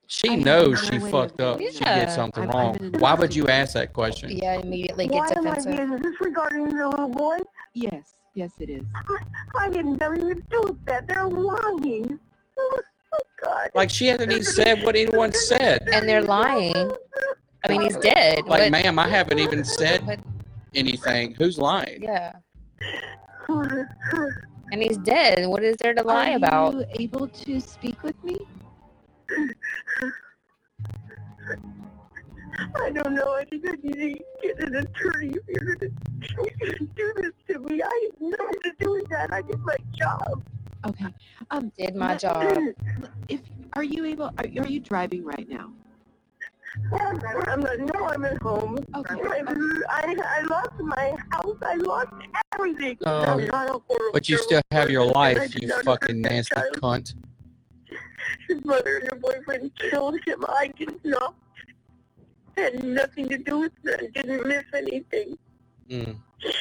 S3: She
S5: I have
S3: knows
S5: no
S3: she
S5: way of
S3: fucked up. She did
S4: Yeah,
S3: something
S5: I'm- I'm
S3: wrong.
S5: an
S3: Why would you
S5: investigator.
S3: ask that question?
S4: Yeah. Immediately get
S6: Why am I
S4: defensive.
S6: being is this regarding the little boy?
S5: Yes, yes it is.
S6: I didn't know you would do that. They're lying. Oh, God.
S3: Like she hasn't even said what anyone said.
S4: And they're lying. I mean, he's dead.
S3: Like,
S4: what-
S3: ma'am, I haven't even said
S4: what-
S3: anything. Who's lying?
S4: yeah.
S6: Yes,
S4: And he's dead. What is there to lie
S5: Are
S4: about?
S5: you able to speak with me?
S6: I don't know. I think I need to get an attorney if you're going to do this to me. I had nothing to do with that. I did my job.
S5: Okay. Um,
S4: Did my
S5: let-
S4: job.
S5: [CLEARS THROAT] If are you able? Are, are you driving right now?
S6: I'm, I'm not, no, I'm at home.
S5: Okay.
S6: I,
S5: okay.
S6: I, I lost my house. I lost everything.
S3: Oh,
S6: I'm not a horrible
S3: But you
S6: girl.
S3: still have your
S6: I
S3: life,
S6: did
S3: you
S6: not
S3: fucking
S6: hurt that
S3: nasty
S6: child.
S3: cunt.
S6: His mother and her boyfriend killed him. I did not. Had nothing to do with it. I didn't miss anything. [LAUGHS]
S3: Mm.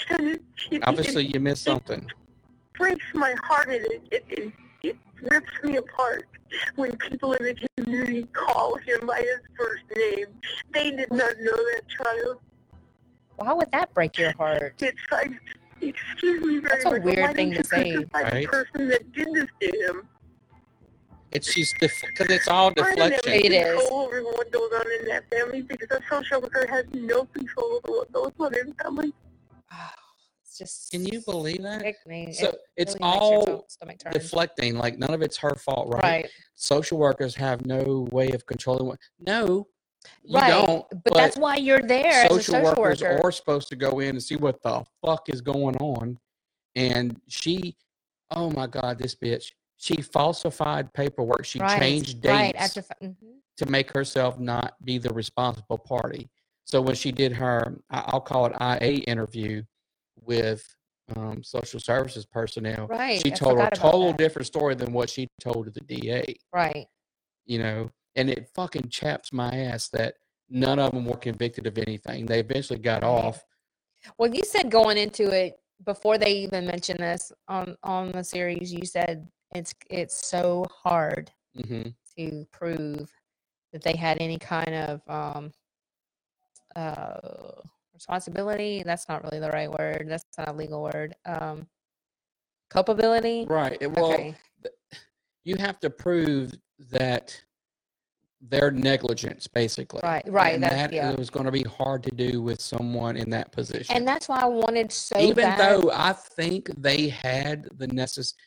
S6: And it, it,
S3: Obviously,
S6: it
S3: you missed something.
S6: breaks my heart and it, it, it, it rips me apart when people in the community call him by his first name. They did not know that child.
S4: Why would that break your heart?
S6: [CLEARS THROAT] It's like, excuse me very
S4: That's a
S6: much. but
S4: weird
S6: why didn't
S4: thing
S6: you
S4: to say.
S6: crucify The
S3: Right.
S6: person that did this to him.
S3: It's she's because it's all
S6: I
S3: deflection.
S6: don't
S4: It
S6: have
S4: is.
S6: any control over what goes on in that family because a social worker has no control over what goes on in family.
S4: Ah, it's just.
S3: Can you believe that?
S4: sickening. It
S3: So it's
S4: really makes your
S3: all
S4: fo- stomach turn.
S3: deflecting. Like none of it's her fault, right?
S4: Right.
S3: Social workers have no way of controlling what. No, You
S4: right.
S3: don't,
S4: but, that's why you're there as a
S3: social
S4: social
S3: workers
S4: worker.
S3: are supposed to go in and see what the fuck is going on. And she, oh my God, this bitch, she falsified paperwork. She
S4: right.
S3: changed dates
S4: Right. After, fi- mhm.
S3: to make herself not be the responsible party. So when she did her, I- I'll call it IA interview with um, social services personnel,
S4: Right,
S3: she
S4: I
S3: told a
S4: forgot about
S3: total
S4: that.
S3: different story than what she told to the DA
S4: Right.
S3: you know, and it fucking chaps my ass that none of them were convicted of anything. They eventually got
S4: Right.
S3: off.
S4: Well, you said going into it before they even mentioned this on on the series, you said it's it's so hard
S3: hmm
S4: to prove that they had any kind of um uh responsibility. That's not really the right word. That's not a legal word. Um culpability.
S3: Right. It- Well,
S4: okay.
S3: you have to prove that their negligence, basically.
S4: Right, right,
S3: And
S4: that-
S3: that
S4: yeah.
S3: was going to be hard to do with someone in that position.
S4: And that's why I wanted so
S3: even
S4: bad-
S3: though I think they had the necessary.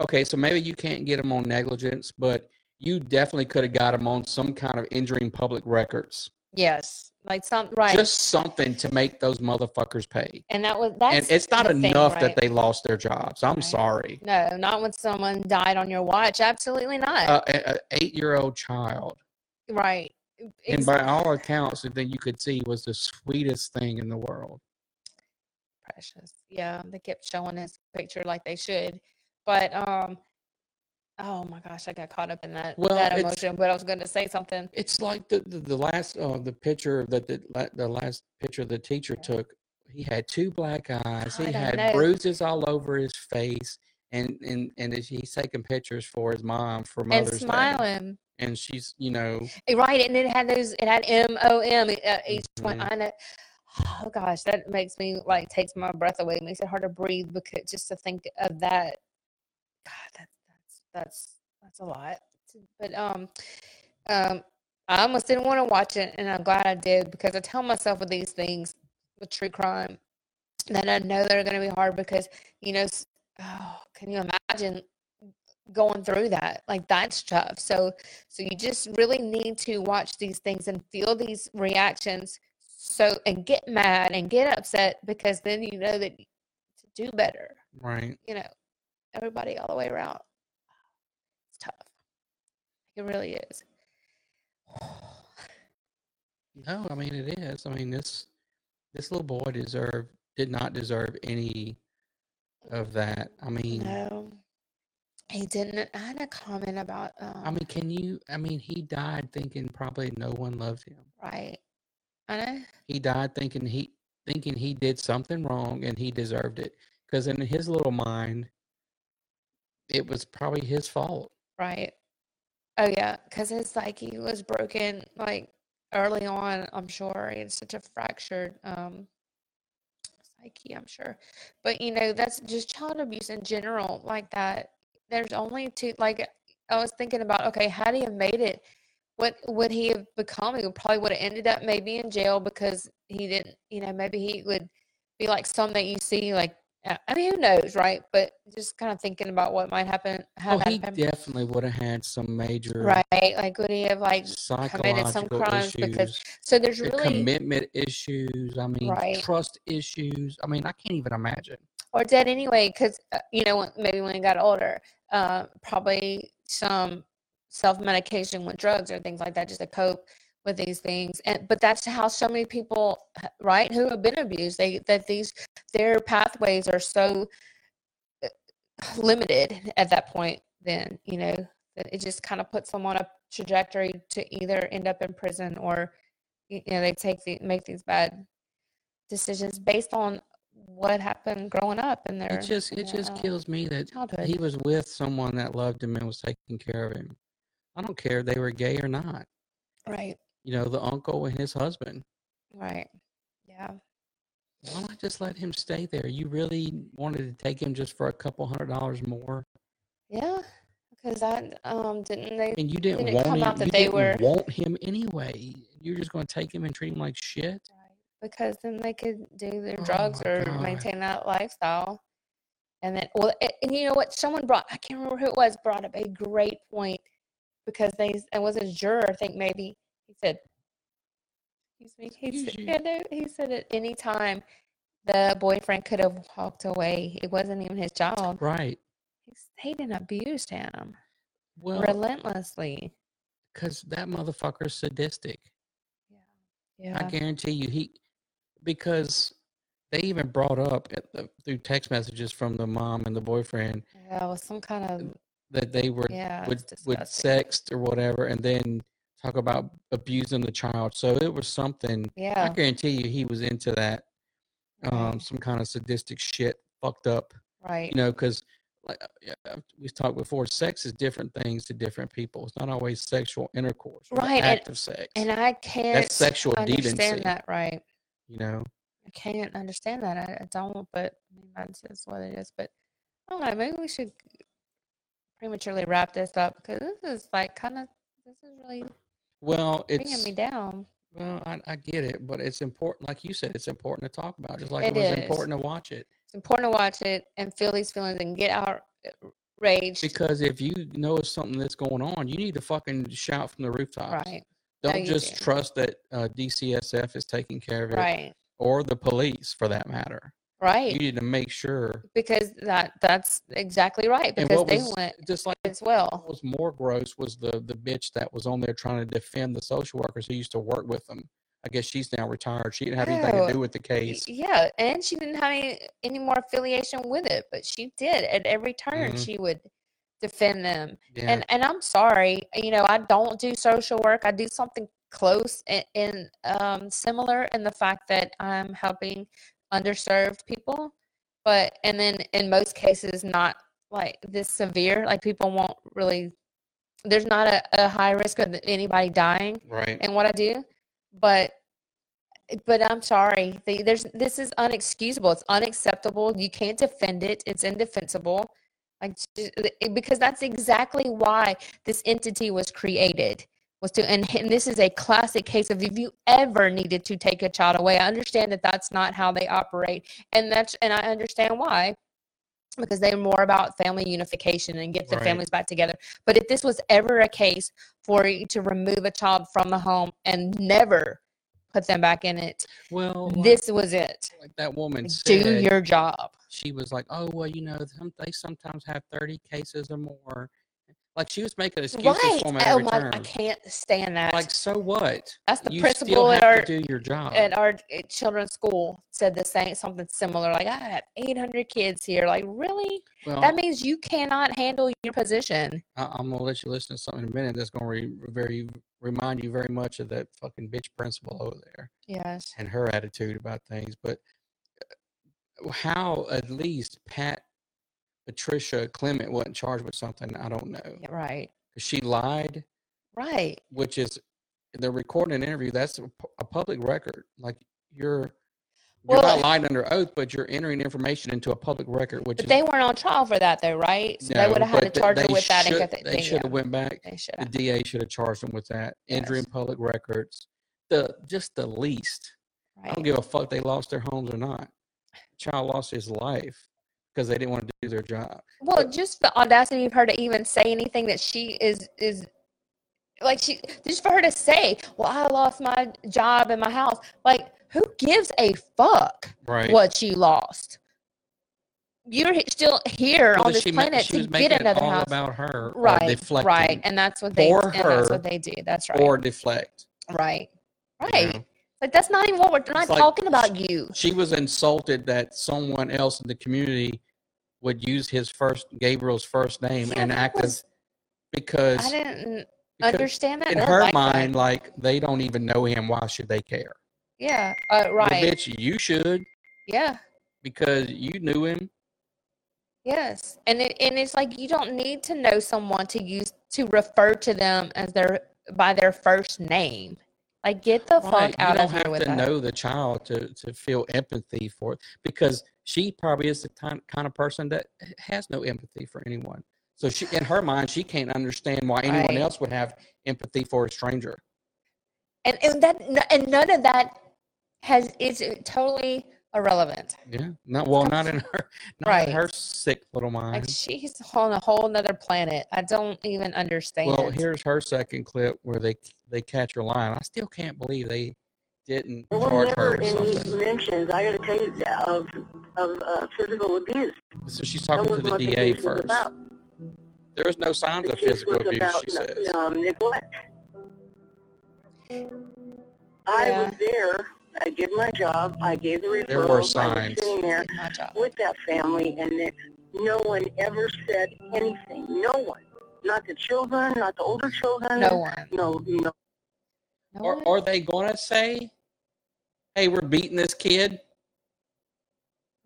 S3: Okay, so maybe you can't get them on negligence, but you definitely could have got them on some kind of injuring public records.
S4: yes, like some right.
S3: just something to make those motherfuckers pay.
S4: and that was that's
S3: and it's not
S4: the thing,
S3: enough
S4: right?
S3: that they lost their jobs. I'm
S4: Right.
S3: sorry.
S4: No, not when someone died on your watch. Absolutely not.
S3: Uh, an eight year old child,
S4: right.
S3: and
S4: Ex-
S3: by all accounts, the thing you could see was the sweetest thing in the world.
S4: precious. Yeah, they kept showing his picture like they should. But um oh my gosh, I got caught up in that
S3: Well,
S4: that
S3: it's-
S4: emotion, but I was going to say something.
S3: It's like the the, the last uh, the picture that the la- the last picture the teacher
S4: Yeah.
S3: took. He had two black eyes.
S4: God,
S3: He
S4: I
S3: had
S4: know.
S3: bruises all over his face, and and and he's taking pictures for his mom for
S4: And
S3: Mother's Day.
S4: smiling.
S3: And she's you know
S4: Eh, Right, and it had those it had M O M each one.
S3: Mhm.
S4: I know. Oh gosh, that makes me like takes my breath away. It makes it hard to breathe because just to think of that. God, that, that's that's that's a lot. to- But um, um, I almost didn't want to watch it, and I'm glad I did because I tell myself with these things, with true crime, that I know they're going to be hard because you know, s- oh, can you imagine going through that? Like that's tough. So, so you just really need to watch these things and feel these reactions. So and get mad and get upset because then you know that y- to do better.
S3: right.
S4: You know, everybody all the way around. It's tough. It really is. [SIGHS]
S3: No, I mean it is. I mean this this little boy deserved did not deserve any of that. I mean,
S4: No, he didn't. I had a comment about. Um,
S3: I mean, can you? I mean, he died thinking probably no one loved him.
S4: right. I know.
S3: He died thinking he thinking he did something wrong and he deserved it because in his little mind, it was probably his fault.
S4: Right. Oh yeah, because his psyche was broken like early on. I'm sure he had such a fractured um psyche. I'm sure, but you know that's just child abuse in general. Like that, there's only two. Like I was thinking about, okay, had he have made it, what would he have become? He would probably would have ended up maybe in jail because he didn't. You know, maybe he would be like some that you see. Like uh, I mean, who knows, right? But just kind of thinking about what might happen.
S3: Oh,
S4: Have
S3: he
S4: happened.
S3: definitely would have had some major
S4: Right. Like, would he have like? committed some
S3: psychological
S4: crimes
S3: issues.
S4: because- So there's
S3: uh,
S4: really,
S3: commitment issues. I mean,
S4: Right.
S3: trust issues. I mean, I can't even imagine.
S4: or dead anyway, because uh, you know, when- maybe when he got older, uh, probably some self-medication with drugs or things like that, just to cope with these things. And but that's how so many people, h- right, who have been abused, they that these their pathways are so uh, limited at that point. Then you know that it just kind of puts them on a trajectory to either end up in prison or y- you know they take the make these bad decisions based on what happened growing up in their
S3: It just it
S4: yeah,
S3: just
S4: uh,
S3: kills me that
S4: childhood.
S3: he was with someone that loved him and was taking care of him. I don't care if they were gay or not.
S4: right,
S3: You know, the uncle and his husband.
S4: right, yeah,
S3: Why not just let him stay there? You really wanted to take him just for a couple hundred dollars more,
S4: yeah. Because I um didn't they
S3: and you didn't,
S4: Didn't
S3: want
S4: come
S3: him.
S4: out that
S3: you
S4: they
S3: didn't
S4: were-
S3: want him anyway. You're just going to take him and treat him like shit.
S4: Right, Because then they could do their
S3: Oh
S4: drugs
S3: my
S4: or
S3: God.
S4: maintain that lifestyle. And then, well, a- and you know what? Someone brought, I can't remember who it was, brought up a great point because they, s- it was a juror, I think maybe, He said, excuse me, he said,
S3: Excuse you.
S4: yeah, no, he said at any time the boyfriend could have walked away. It wasn't even his child.
S3: Right.
S4: He stayed and abused him
S3: Well,
S4: relentlessly.
S3: because that motherfucker's sadistic. I
S4: Yeah.
S3: guarantee you, he because they even brought up at the, through text messages from the mom and the boyfriend
S4: Yeah, with some kind of,
S3: that they were
S4: yeah.
S3: would
S4: it's
S3: would
S4: disgusting.
S3: sext or whatever, and then talk about abusing the child. So it was something. I
S4: Yeah.
S3: guarantee you, he was into that, um,
S4: Right.
S3: some kind of sadistic shit, fucked up.
S4: Right.
S3: You know, because like uh, yeah, uh, we've talked before, sex is different things to different people. It's not always sexual intercourse, or
S4: Right, and-
S3: Active sex,
S4: And I can't
S3: sexual
S4: understand
S3: deviancy.
S4: that, right?
S3: you know.
S4: I can't understand that. I, I don't, but I mean, that's just what it is. But I don't know. Maybe we should prematurely wrap this up because this is like kind of this is really
S3: Well,
S4: bringing
S3: it's
S4: me down.
S3: Well, I, I get it, but it's important, like you said, it's important to talk about, just like it,
S4: It
S3: was
S4: is.
S3: important to watch it.
S4: It's important to watch it and feel these feelings and get out uh, rage.
S3: Because if you know it's something that's going on, you need to fucking shout from the rooftops.
S4: Right, No,
S3: Don't
S4: you
S3: just
S4: do.
S3: trust that uh, DCSF is taking care of it
S4: right,
S3: or the police for that matter. You
S4: right.
S3: need to make sure.
S4: Because that that's exactly right.
S3: And
S4: Because
S3: what
S4: they
S3: was-
S4: went
S3: Just like
S4: as well.
S3: what was more gross was the, the bitch that was on there trying to defend the social workers who used to work with them. I guess she's now retired. She didn't have anything
S4: Oh,
S3: to do with the
S4: Y-
S3: case.
S4: Yeah, and she didn't have any, any more affiliation with it, but she did at every turn.
S3: Mhm.
S4: She would defend them,
S3: Yeah.
S4: and and I'm sorry, you know, I don't do social work. I do something close and, and um, similar in the fact that I'm helping underserved people, but and then in most cases, not like this severe. Like people won't really. There's not a, a high risk of anybody dying
S3: right.
S4: and what I do, but but I'm sorry. The, there's this is unexcusable. It's unacceptable. You can't defend it. It's indefensible. Like j- it- because that's exactly why this entity was created was to and, and this is a classic case of if you ever needed to take a child away. I understand that that's not how they operate, and that's and I understand why. Because they're more about family unification and get the
S3: Right.
S4: families back together. But if this was ever a case for you to remove a child from the home and never put them back in it.
S3: Well, like-
S4: This was it.
S3: like that woman said.
S4: Do your job.
S3: she was like, "Oh well, you know, some, they sometimes have thirty cases or more." Like she was making excuses
S4: Right.
S3: for me
S4: Oh
S3: every
S4: my
S3: turn.
S4: I can't stand that.
S3: Like, so what?
S4: That's the
S3: you
S4: principal
S3: still have
S4: at our
S3: to do your job.
S4: at our uh, children's school said the same something similar. Like I have eight hundred kids here. Like really?
S3: well,
S4: That means you cannot handle your position.
S3: I, I'm gonna let you listen to something in a minute that's gonna re- very remind you very much of that fucking bitch principal over there
S4: Yes.
S3: and her attitude about things. But uh, how at least Pat, Patricia Clement wasn't charged with something I don't know.
S4: Yeah, right.
S3: She lied.
S4: Right.
S3: which is they're recording an interview. That's a, pu- a public record. Like you're, you're
S4: Well,
S3: not lying under oath, but you're entering information into a public record, which
S4: But
S3: is
S4: they weren't on trial for that though, right? So they
S3: no,
S4: would have had
S3: but
S4: to
S3: th-
S4: charge her
S3: they
S4: with that and
S3: should-
S4: get the
S3: They should have went back.
S4: They should
S3: The
S4: have.
S3: DA should have charged them with that entry
S4: Yes.
S3: in public records. The just the least. I don't
S4: Right.
S3: give a fuck. They lost their homes or not. Child lost his life because they didn't want to do their job.
S4: Well, just the audacity of her to even say anything that she is is like she just for her to say, "Well, I lost my job and my house." Like, who gives a fuck
S3: Right.
S4: what you lost? You're he- still here
S3: Because
S4: on this
S3: she ma-
S4: planet
S3: she
S4: to
S3: was
S4: get
S3: making it
S4: another
S3: all
S4: house,
S3: about her, or
S4: right?
S3: deflecting,
S4: Right, and that's what they
S3: For
S4: and that's
S3: her
S4: what they do. That's right.
S3: or deflect.
S4: right.
S3: you
S4: Right.
S3: know?
S4: Like that's not even what we're not
S3: like-
S4: talking about. You.
S3: she was insulted that someone else in the community would use his first Gabriel's first name
S4: Yeah,
S3: and
S4: that
S3: act
S4: was-
S3: as because,
S4: I didn't
S3: because
S4: understand that.
S3: in
S4: or
S3: her
S4: like that.
S3: mind, like they don't even know him. Why should they care?
S4: Yeah. Uh,
S3: Well,
S4: right.
S3: bitch, you should
S4: Yeah.
S3: because you knew him.
S4: Yes, and it, and it's like you don't need to know someone to use to refer to them as their by their first name. Like get the
S3: Right,
S4: fuck out
S3: you don't
S4: of
S3: have
S4: here with
S3: to
S4: that.
S3: know the child to to feel empathy for it because she probably is the kind kind of person that h- has no empathy for anyone. So she, in her mind, she can't understand why anyone
S4: Right.
S3: else would have empathy for a stranger.
S4: And and that n- and none of that has is totally irrelevant.
S3: Yeah. Not well, not in her [LAUGHS] not
S4: Right.
S3: in her sick little
S4: Like
S3: mind.
S4: she's on a whole nother planet. I don't even understand.
S3: Well, here's her second clip where they they catch her lying. I still can't believe they didn't
S6: There were
S3: charge her
S6: never
S3: with
S6: any
S3: something.
S6: mentions, I gotta tell you, that of, of uh, physical abuse.
S3: So she's
S6: That
S3: talking to
S6: wasn't
S3: the
S6: what the
S3: DA
S6: case was
S3: first.
S6: about.
S3: There was no signs
S6: The
S3: of
S6: case
S3: physical
S6: was
S3: abuse,
S6: about
S3: she says.
S6: um, neglect. I
S4: Yeah.
S6: was there, I did my job, I gave the referral.
S3: There were
S6: I was
S3: signs.
S6: sitting there
S4: Did my job.
S6: with that family, and that no one ever said anything, no one. Not the children, not the older children.
S4: No one.
S6: No, no.
S4: No
S3: Are,
S4: one?
S3: are they gonna say, "Hey, we're beating this kid"?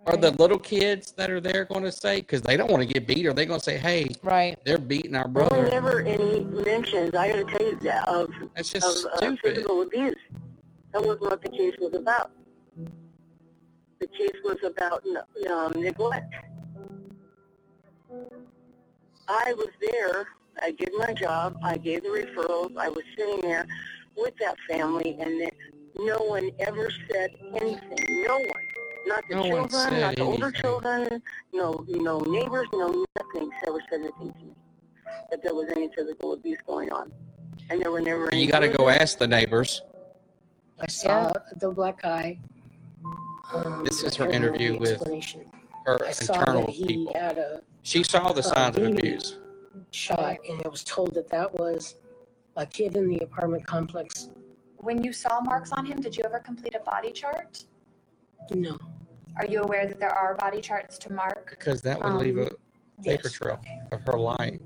S3: Are the
S4: Right.
S3: little kids that are there gonna say? Because they don't want to get beat. Are they gonna say, "Hey,
S4: right?
S3: they're beating our
S6: There were
S3: brother"?
S6: never any mentions, I gotta tell you, that of
S3: That's just
S6: of uh,
S3: stupid.
S6: physical abuse. That was not what the case was about. The case was about um, neglect. I was there. I did my job. I gave the referrals. I was sitting there with that family, and that no one ever said anything. No one. Not the
S3: No one
S6: children, not the
S3: said
S6: older
S3: anything.
S6: children, no no neighbors, no nothing ever said anything to me that there was any physical abuse going on. And there were never any
S3: You got to go
S6: witnesses.
S3: ask the neighbors.
S7: I saw Uh, the black guy. Um,
S3: This
S7: but
S3: is her
S7: I don't know
S3: interview
S7: the
S3: with
S7: explanation.
S3: Her
S7: I saw
S3: internal
S7: that he
S3: people.
S7: had a
S3: She saw the
S7: uh,
S3: signs of
S7: demon.
S3: abuse.
S7: shot, and I was told that that was a kid in the apartment complex.
S8: When you saw marks on him, did you ever complete a body chart?
S7: No.
S8: Are you aware that there are body charts to mark?
S3: Because that would leave a
S7: Um,
S3: paper
S7: Yes.
S3: trail of her lying.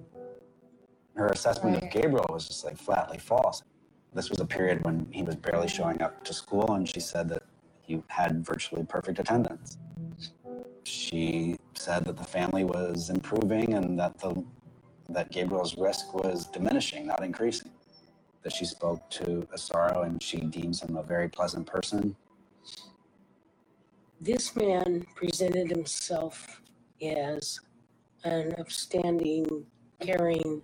S9: her assessment
S4: Right.
S9: of Gabriel was just like flatly false. This was a period when he was barely showing up to school, and she said that he had virtually perfect attendance. She said that the family was improving and that the that Gabriel's risk was diminishing, not increasing. That she spoke to Asaro and she deems him a very pleasant person.
S7: This man presented himself as an upstanding, caring,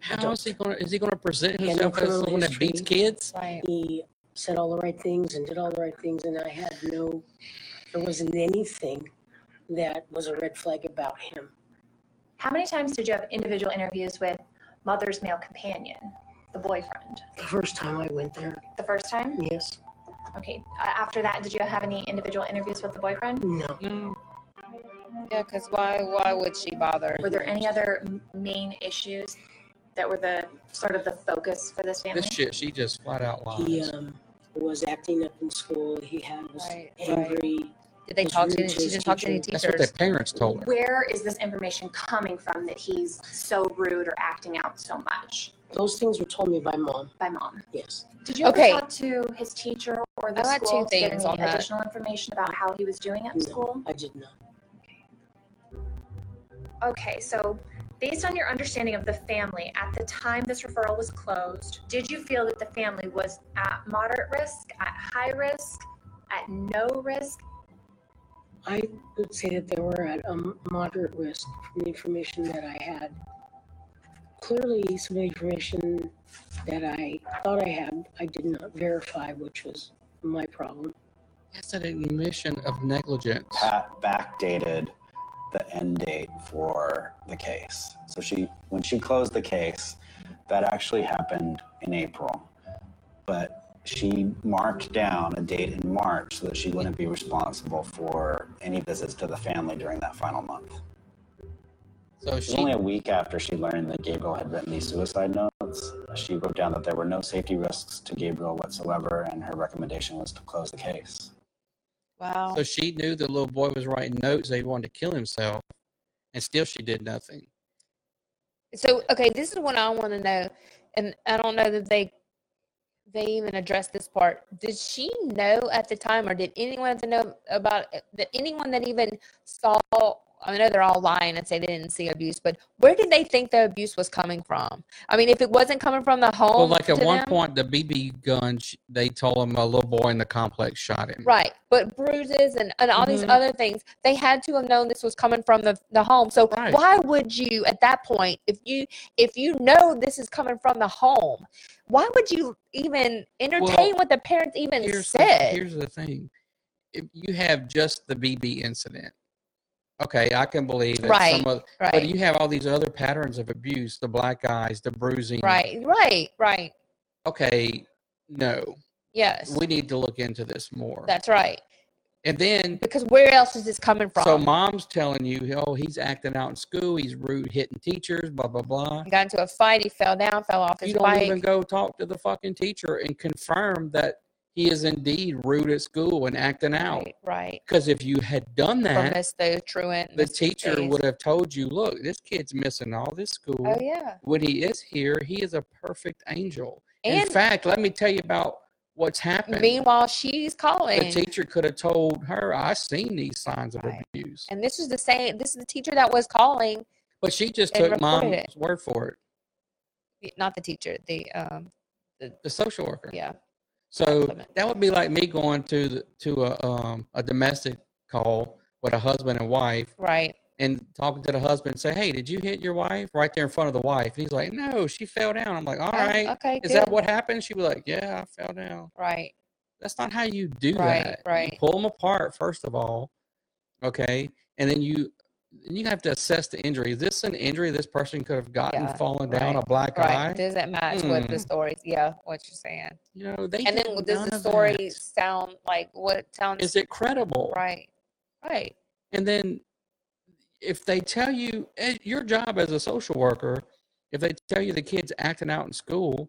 S3: How
S7: Adult.
S3: is he going? to Is he going to present
S7: Yeah, no
S3: himself as
S7: criminal
S3: someone that beats
S7: history.
S3: kids?
S4: Right.
S7: he said all the right things and did all the right things, and I had no, there wasn't anything that was a red flag about him.
S8: How many times did you have individual interviews with mother's male companion, the boyfriend?
S7: The first time I went there,
S8: The first time?
S7: yes,
S8: Okay. Uh, after that, did you have any individual interviews with the boyfriend?
S7: no.
S3: No.
S4: Yeah, because why? Why would she bother?
S8: Were there any other m- main issues that were the sort of the focus for this family?
S3: This shit. She just flat out
S7: He
S3: lies.
S7: um, was acting up in school. He had was
S4: Right, right.
S7: angry.
S4: Did they
S7: was
S4: talk
S7: rude
S4: to? Any,
S7: to
S4: she
S7: his
S4: didn't talk to any
S7: teacher.
S4: teachers.
S3: That's what their parents told her.
S8: Where is this information coming from that he's so rude or acting out so much
S7: Those things were told me by mom.
S8: by mom?
S7: Yes.
S8: Did you ever
S4: Okay.
S8: talk to his teacher or the
S4: I got two
S8: school to get
S4: things
S8: any
S4: on that.
S8: additional information about how he was doing at
S7: No.
S8: school?
S7: I did not.
S8: Okay, so based on your understanding of the family, at the time this referral was closed, did you feel that the family was at moderate risk, at high risk, at no risk?
S7: I would say that they were at a moderate risk from the information that I had. Clearly, some information that I thought I had, I did not verify, which was my problem.
S3: That's an admission of negligence.
S9: Pat backdated the end date for the case. So she, when she closed the case, that actually happened in April, but she marked down a date in March so that she wouldn't be responsible for any visits to the family during that final month.
S3: So
S9: It was only
S3: she.
S9: a week after she learned that Gabriel had written these suicide notes. She wrote down that there were no safety risks to Gabriel whatsoever, and her recommendation was to close the case.
S4: Wow.
S3: So she knew the little boy was writing notes. They wanted to kill himself, and still she did nothing.
S4: So okay, this is what I want to know, and I don't know that they they even addressed this part. Did she know at the time, or did anyone have to know about it- that? Anyone that even saw? I know they're all lying and say they didn't see abuse, but where did they think the abuse was coming from? I mean, if it wasn't coming from the
S7: Oh,
S4: home,
S3: Well, like at
S4: to
S3: one
S4: them-
S3: point, the BB gun, sh- they told him a little boy in the complex shot him.
S4: Right, but bruises and, and all these
S3: Mhm.
S4: other things, they had to have known this was coming from the, the home. So
S3: Right.
S4: why would you at that point, if you if you know this is coming from the home, why would you even entertain what the parents even
S3: Here's the,
S4: said?
S3: here's the thing if you have just the BB incident, okay, I can believe that
S4: Right,
S3: some of, but
S4: right,
S3: you have all these other patterns of abuse, the black eyes, the bruising.
S4: right, right, right.
S3: Okay, no,
S4: Yes,
S3: we need to look into this more.
S4: that's right.
S3: and then,
S4: Because where else is this coming from?
S3: so mom's telling you, oh, he's acting out in school, he's rude, hitting teachers, blah, blah, blah.
S4: got into a fight. He fell down, fell off his
S3: you don't
S4: bike.
S3: even go talk to the fucking teacher and confirm that he is indeed rude at school and acting out.
S4: Right, right.
S3: Because if you had done
S4: From
S3: that,
S4: this though truant.
S3: the
S4: Mr.
S3: teacher
S4: Hayes.
S3: would have told you, look, this kid's missing all this school.
S4: Oh yeah,
S3: When he is here, he is a perfect angel. In
S4: and
S3: fact, let me tell you about what's happened.
S4: meanwhile she's
S3: the
S4: calling.
S3: teacher could have told her, I've seen these signs of
S4: Right.
S3: abuse.
S4: And this is the same. This is the teacher that was calling,
S3: But she just
S4: and
S3: took
S4: reported
S3: mom's
S4: it.
S3: word for it,
S4: y- not the teacher. The um,
S3: the social worker.
S4: yeah,
S3: So
S4: limit.
S3: that would be like me going to the, to a um, a domestic call with a husband and wife
S4: right,
S3: and talking to the husband say, "Hey, did you hit your wife?" Right there in front of the wife. And he's like, "No, she fell down." I'm like, "All
S4: Oh,
S3: right,
S4: okay,
S3: is that
S4: good.
S3: what happened?" She was like, "Yeah, I fell down."
S4: right,
S3: That's not how you do
S4: Right,
S3: that. You
S4: right.
S3: pull them apart first of all, okay, and then you you have to assess the injury. Is this an injury this person could have gotten
S4: Yeah,
S3: falling down
S4: right,
S3: a black
S4: right.
S3: eye?
S4: Does that match with the
S3: Mm.
S4: stories? Yeah, what you're saying.
S3: You know, they
S4: And then
S3: did
S4: w- does
S3: none
S4: the
S3: of that.
S4: story sound like what it sounds?
S3: Is it credible?
S4: right, right,
S3: And then if they tell you eh, your job as a social worker, if they tell you the kid's acting out in school,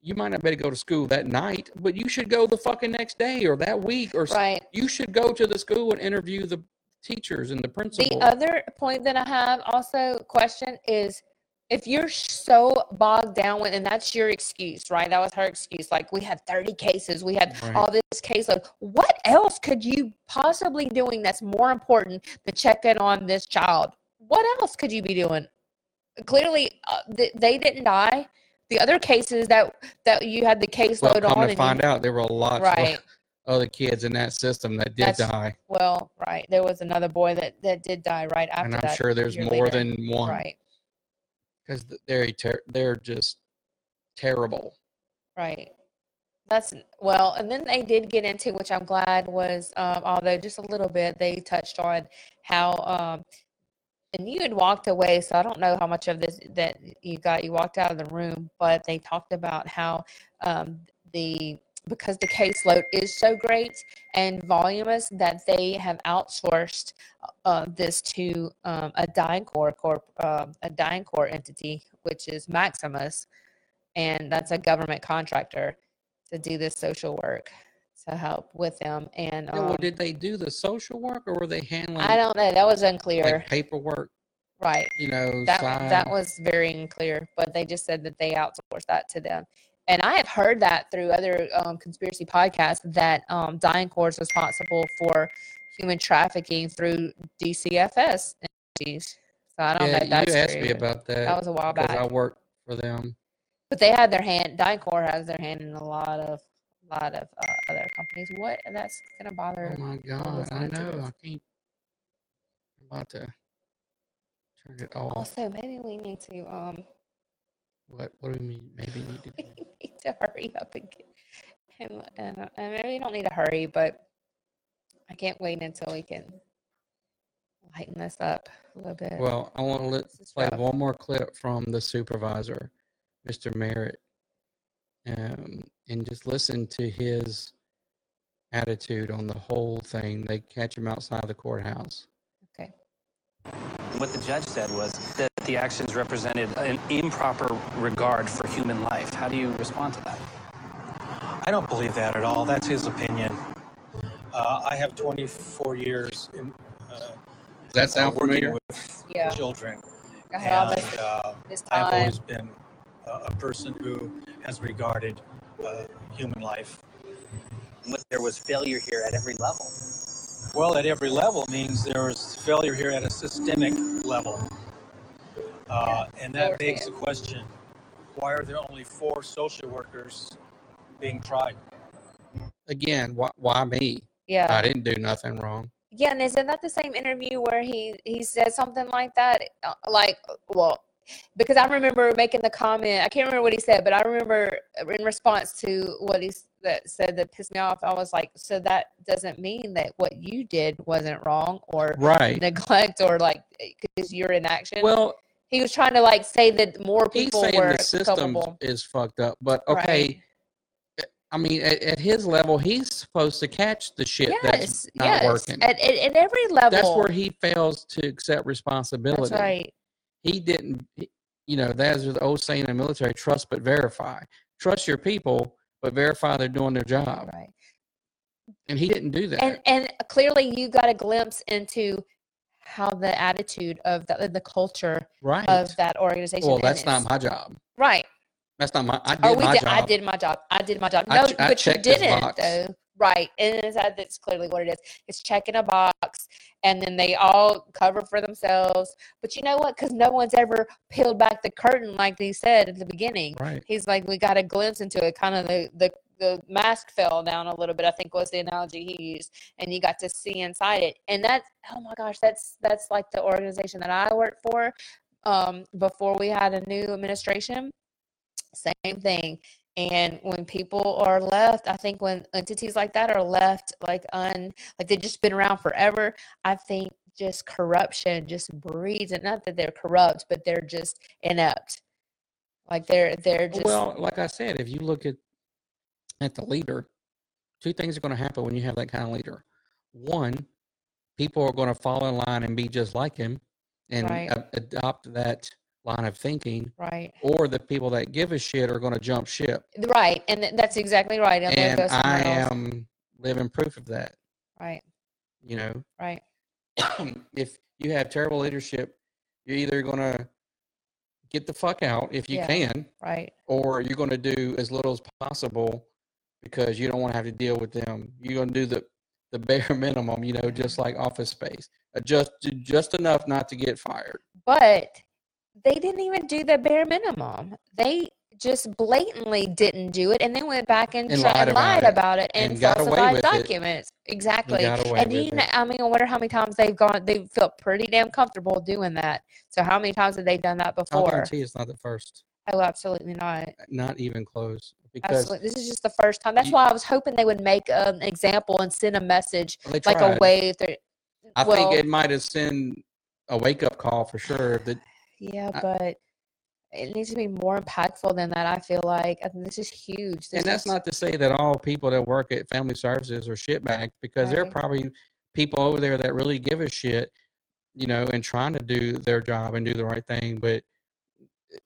S3: you might not better go to school that night, but you should go the fucking next day or that week or s-
S4: right?
S3: you should go to the school and interview the teachers and the principal.
S4: The other point that I have also question is if you're so bogged down with, and that's your excuse, right? That was her excuse. Like we had 30 cases, we had
S3: Right.
S4: all this caseload. What else could you possibly doing that's more important than checking on this child? What else could you be doing? Clearly, uh, th- they didn't die. The other cases that that you had the
S3: well,
S4: caseload
S3: come
S4: on,
S3: to
S4: and
S3: find
S4: you,
S3: out, there were lots
S4: right?
S3: of other kids in that system that did
S4: That's-
S3: die,
S4: Well, right. There was another boy that that did die right after
S3: and I'm
S4: that.
S3: sure there's
S4: your
S3: more
S4: leader.
S3: than one
S4: Right.
S3: because they're ter- they're just terrible.
S4: Right. That's well, and then they did get into, which I'm glad was, um, although just a little bit, they touched on how, um, and you had walked away, so I don't know how much of this that you got. You walked out of the room, but they talked about how um, the because the caseload is so great and voluminous that they have outsourced uh, this to um, a DynCorp corp, um, a DynCorp entity, which is Maximus, and that's a government contractor to do this social work to help with them. And
S3: Yeah, well,
S4: um,
S3: did they do the social work or were they handling
S4: I don't know. That was unclear.
S3: like paperwork,
S4: Right.
S3: you know,
S4: That wa-
S3: side?
S4: that was very unclear, but they just said that they outsourced that to them. And I have heard that through other um, conspiracy podcasts that um, DynCorp is responsible for human trafficking through DCFS entities. So I don't know
S3: yeah,
S4: if that's
S3: you asked
S4: true.
S3: me about that.
S4: that was a while
S3: because
S4: back.
S3: I worked for them.
S4: But they had their hand. DynCorp has their hand in a lot of lot of uh, other companies. What? And that's gonna bother.
S3: Oh my
S4: was
S3: god, I
S4: into
S3: know.
S4: this.
S3: I can't. I'm about to turn it off.
S4: Also, maybe we need to um
S3: What? What do we mean? Maybe you need to.
S4: we
S3: do-
S4: need [LAUGHS] to hurry up and get and, and, uh, and maybe you don't need to hurry, but I can't wait until we can lighten this up a little bit.
S3: Well, I want to let,
S4: This is
S3: play
S4: rough.
S3: one more clip from the supervisor, Mr. Merritt, um, and just listen to his attitude on the whole thing. They catch him outside the courthouse.
S4: okay.
S10: What the judge said was that the actions represented an improper regard for human life. How do you respond to that?
S11: I don't believe that at all. That's his opinion. Uh, I have 24 years in uh,
S3: Does that sound
S11: working
S3: familiar?
S11: with
S4: Yeah.
S11: children,
S4: I had all this
S11: and uh,
S4: this
S11: I've
S4: time.
S11: always been a, a person who has regarded uh, human life.
S10: What- There was failure here at every level.
S11: Well, at every level means there is failure here at a systemic level, uh, and
S4: Lower
S11: that begs the
S4: hand.
S11: question: Why are there only four social workers being tried?
S3: Again, why, why me? I
S4: Yeah.
S3: didn't do nothing wrong.
S4: Yeah, and isn't that the same interview where he he said something like that? Uh, Like, uh, well, because I remember making the comment. I can't remember what he said, but I remember in response uh, to what he s- that said that pissed me off. I was like, so that doesn't mean that what you did wasn't wrong or [LAUGHS]
S3: Right.
S4: neglect or like because you're in action.
S3: Well,
S4: he was trying to like say that more
S3: he's
S4: people
S3: saying
S4: were
S3: the system
S4: culpable.
S3: is fucked up, but
S4: Right.
S3: okay. I mean, at, at his level, he's supposed to catch the shit
S4: Yes,
S3: that's not
S4: yes,
S3: working.
S4: At, at, at every level.
S3: That's where he fails to accept responsibility.
S4: That's right.
S3: he didn't he- you know that's the old saying in the military trust but verify trust your people but verify they're doing their job
S4: Right.
S3: and he didn't do that
S4: And and clearly, you got a glimpse into how the attitude of the, the culture
S3: right
S4: of that organization.
S3: well
S4: and
S3: that's not
S4: it's-
S3: my job
S4: right.
S3: that's not my i did
S4: Or we
S3: my
S4: did.
S3: job
S4: I did my job. I did my job.
S3: I
S4: No,
S3: ch- I
S4: but you
S3: checked this
S4: didn't
S3: box.
S4: though. Right, and it's, that- that's clearly what it is. It's checking a box, and then they all cover for themselves. But you know what? Because no one's ever peeled back the curtain, like they said at the beginning.
S3: right
S4: He's like, we got a glimpse into it. Kind of the the the mask fell down a little bit. I think was the analogy he used, and you got to see inside it. And that's oh my gosh, that's that's like the organization that I worked for um, before we had a new administration. Same thing. And when people are left, I think when entities like that are left, like un, like they've just been around forever. I think just corruption just breeds, and not that they're corrupt, but they're just inept. Like they're they're just
S3: well like i said if you look at at the leader two things are going to happen when you have that kind of leader one people are going to fall in line and be just like him and
S4: Right.
S3: a- adopt that line of thinking
S4: right,
S3: or the people that give a shit are going to jump ship
S4: right, and th- that's exactly right. And, they'll
S3: and
S4: go somewhere
S3: I
S4: else.
S3: am living proof of that.
S4: right,
S3: You know, [CLEARS THROAT]
S4: right,
S3: if you have terrible leadership, you're either going to get the fuck out if you
S4: Yeah.
S3: can,
S4: right,
S3: or you're going to do as little as possible because you don't want to have to deal with them. You're going to do the the bare [LAUGHS] minimum, you know, just like office space, Uh, just just enough not to get fired.
S4: but they didn't even do the bare minimum. They just blatantly didn't do it, and then went back and,
S3: And
S4: tri-
S3: lied
S4: and
S3: about
S4: lied
S3: it,
S4: about it and,
S3: and got away
S4: falsified
S3: with it,
S4: documents. Exactly.
S3: got away
S4: And do
S3: with
S4: you know,
S3: it.
S4: I mean, I wonder how many times they've gone. They felt pretty damn comfortable doing that. So how many times have they done that
S3: I'll
S4: before?
S3: guarantee it's not the first,
S4: Oh, absolutely not.
S3: not even close, because
S4: Absolutely. This is just the first time. That's
S3: you-
S4: why I was hoping they would make um, an example and send a message
S3: they
S4: like a
S3: tried.
S4: way through.
S3: I
S4: well,
S3: think it might have sent a wake up call for sure. That
S4: yeah,
S3: I-
S4: but it needs to be more impactful than that. I feel like I think this is huge. This
S3: and that's
S4: is-
S3: not to say that all people that work at family services are shitbags because there are
S4: Right.
S3: probably people over there that really give a shit, you know, and trying to do their job and do the right thing, but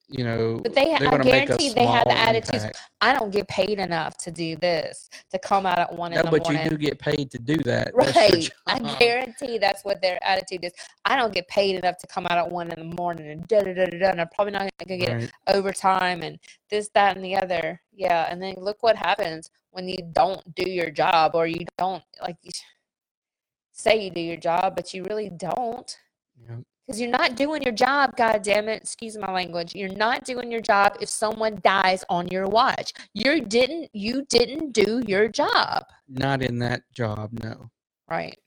S3: you know,
S4: But they,
S3: they're
S4: I
S3: gonna make a
S4: guarantee they had the
S3: small
S4: attitudes.
S3: impact.
S4: I don't get paid enough to do this, to come out at one
S3: No,
S4: in the
S3: but you do
S4: morning.
S3: get paid to do that. [LAUGHS] That's your
S4: Right. I
S3: job.
S4: guarantee that's what their attitude is. I don't get paid enough to come out at one in the morning and da da da da da. And I'm probably not going to get
S3: Right.
S4: overtime and this, that, and the other. Yeah. And then look what happens when you don't do your job or you don't, like, you say you do your job, but you really don't
S3: Yeah.
S4: because you're not doing your job god damn it excuse my language you're not doing your job if someone dies on your watch you didn't you didn't do your job
S3: Not in that job, no.
S4: right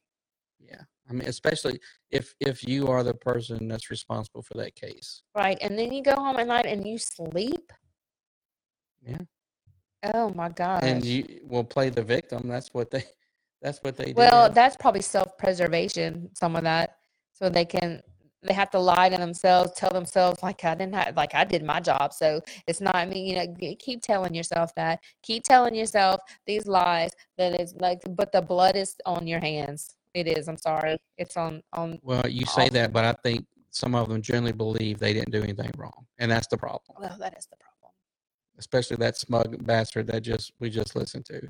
S3: Yeah. I mean, especially if if you are the person that's responsible for that case.
S4: right and then you go home at night and you sleep
S3: Yeah.
S4: oh my god
S3: and you will play the victim. That's what they. [LAUGHS] That's what they
S4: well
S3: did.
S4: that's probably self-preservation some of that so they can they have to lie to themselves tell themselves like i didn't have, like i did my job so it's not i mean you know g- keep telling yourself that keep telling yourself these lies that it's like but the blood is on your hands it is i'm sorry it's on on
S3: well, you say
S4: awful.
S3: that, but I think some of them generally believe they didn't do anything wrong, and that's the problem.
S4: well that is the problem
S3: Especially that smug bastard that just we just listened to.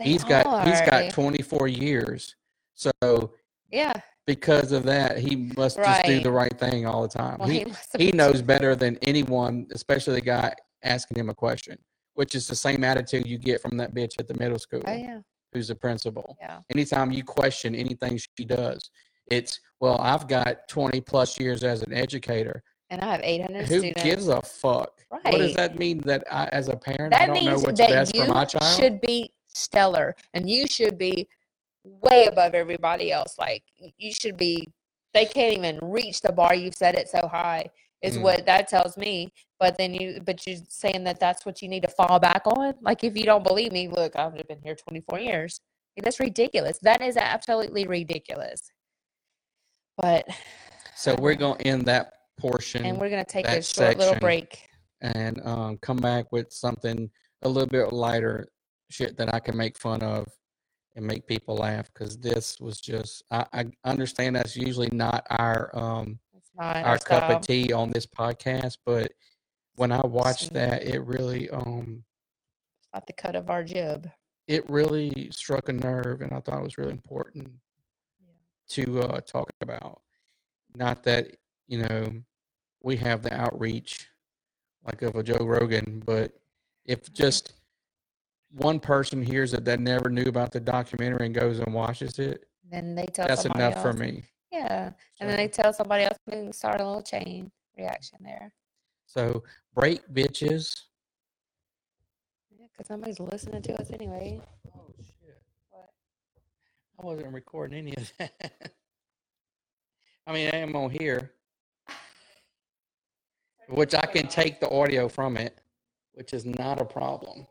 S4: They
S3: he's got he's
S4: are.
S3: got 24 years, so
S4: yeah
S3: because of that, he must just do the right thing all the time.
S4: well,
S3: he
S4: he, must have
S3: he
S4: been-
S3: knows better than anyone, especially the guy asking him a question, which is the same attitude you get from that bitch at the middle school,
S4: oh yeah
S3: who's the principal.
S4: yeah
S3: anytime you question anything she does, it's well, I've got 20 plus years as an educator.
S4: and i have 800
S3: Who
S4: students
S3: gives a fuck? What does
S4: Right.
S3: that mean that I, as a parent, I
S4: that
S3: don't know
S4: means
S3: what's
S4: that
S3: best for
S4: you
S3: my child?
S4: should be stellar and you should be way above everybody else like y- you should be they can't even reach the bar you've set it so high is
S3: Mm.
S4: what that tells me. But then you, but you're saying that that's what you need to fall back on. Like if you don't believe me, look, I've been here 24 years. That's ridiculous. That is absolutely ridiculous. But
S3: So we're going to end that portion.
S4: and we're gonna take a
S3: that
S4: short little
S3: section
S4: break.
S3: And um, come back with something a little bit lighter shit that I can make fun of and make people laugh because this was just, I, I understand that's usually not our. Um,
S4: It's not
S3: our cup
S4: style.
S3: of tea on this podcast, but when I watched
S4: Same.
S3: that, it really um
S4: It's not the cut of our jib.
S3: it really struck a nerve, and I thought it was really important to uh, talk about. Not that you know we have the outreach like of a Joe Rogan, but if just one person hears it that never knew about the documentary and goes and watches it,
S4: Then they tell
S3: that's
S4: somebody
S3: enough for
S4: else.
S3: me.
S4: Yeah, and then they
S3: So-
S4: tell somebody else and start a little chain reaction there.
S3: So break bitches.
S4: Because somebody's listening to us anyway.
S3: Oh shit. I wasn't recording any of that. [LAUGHS] I mean, I am on here, which I can take the audio from it, which is not a problem.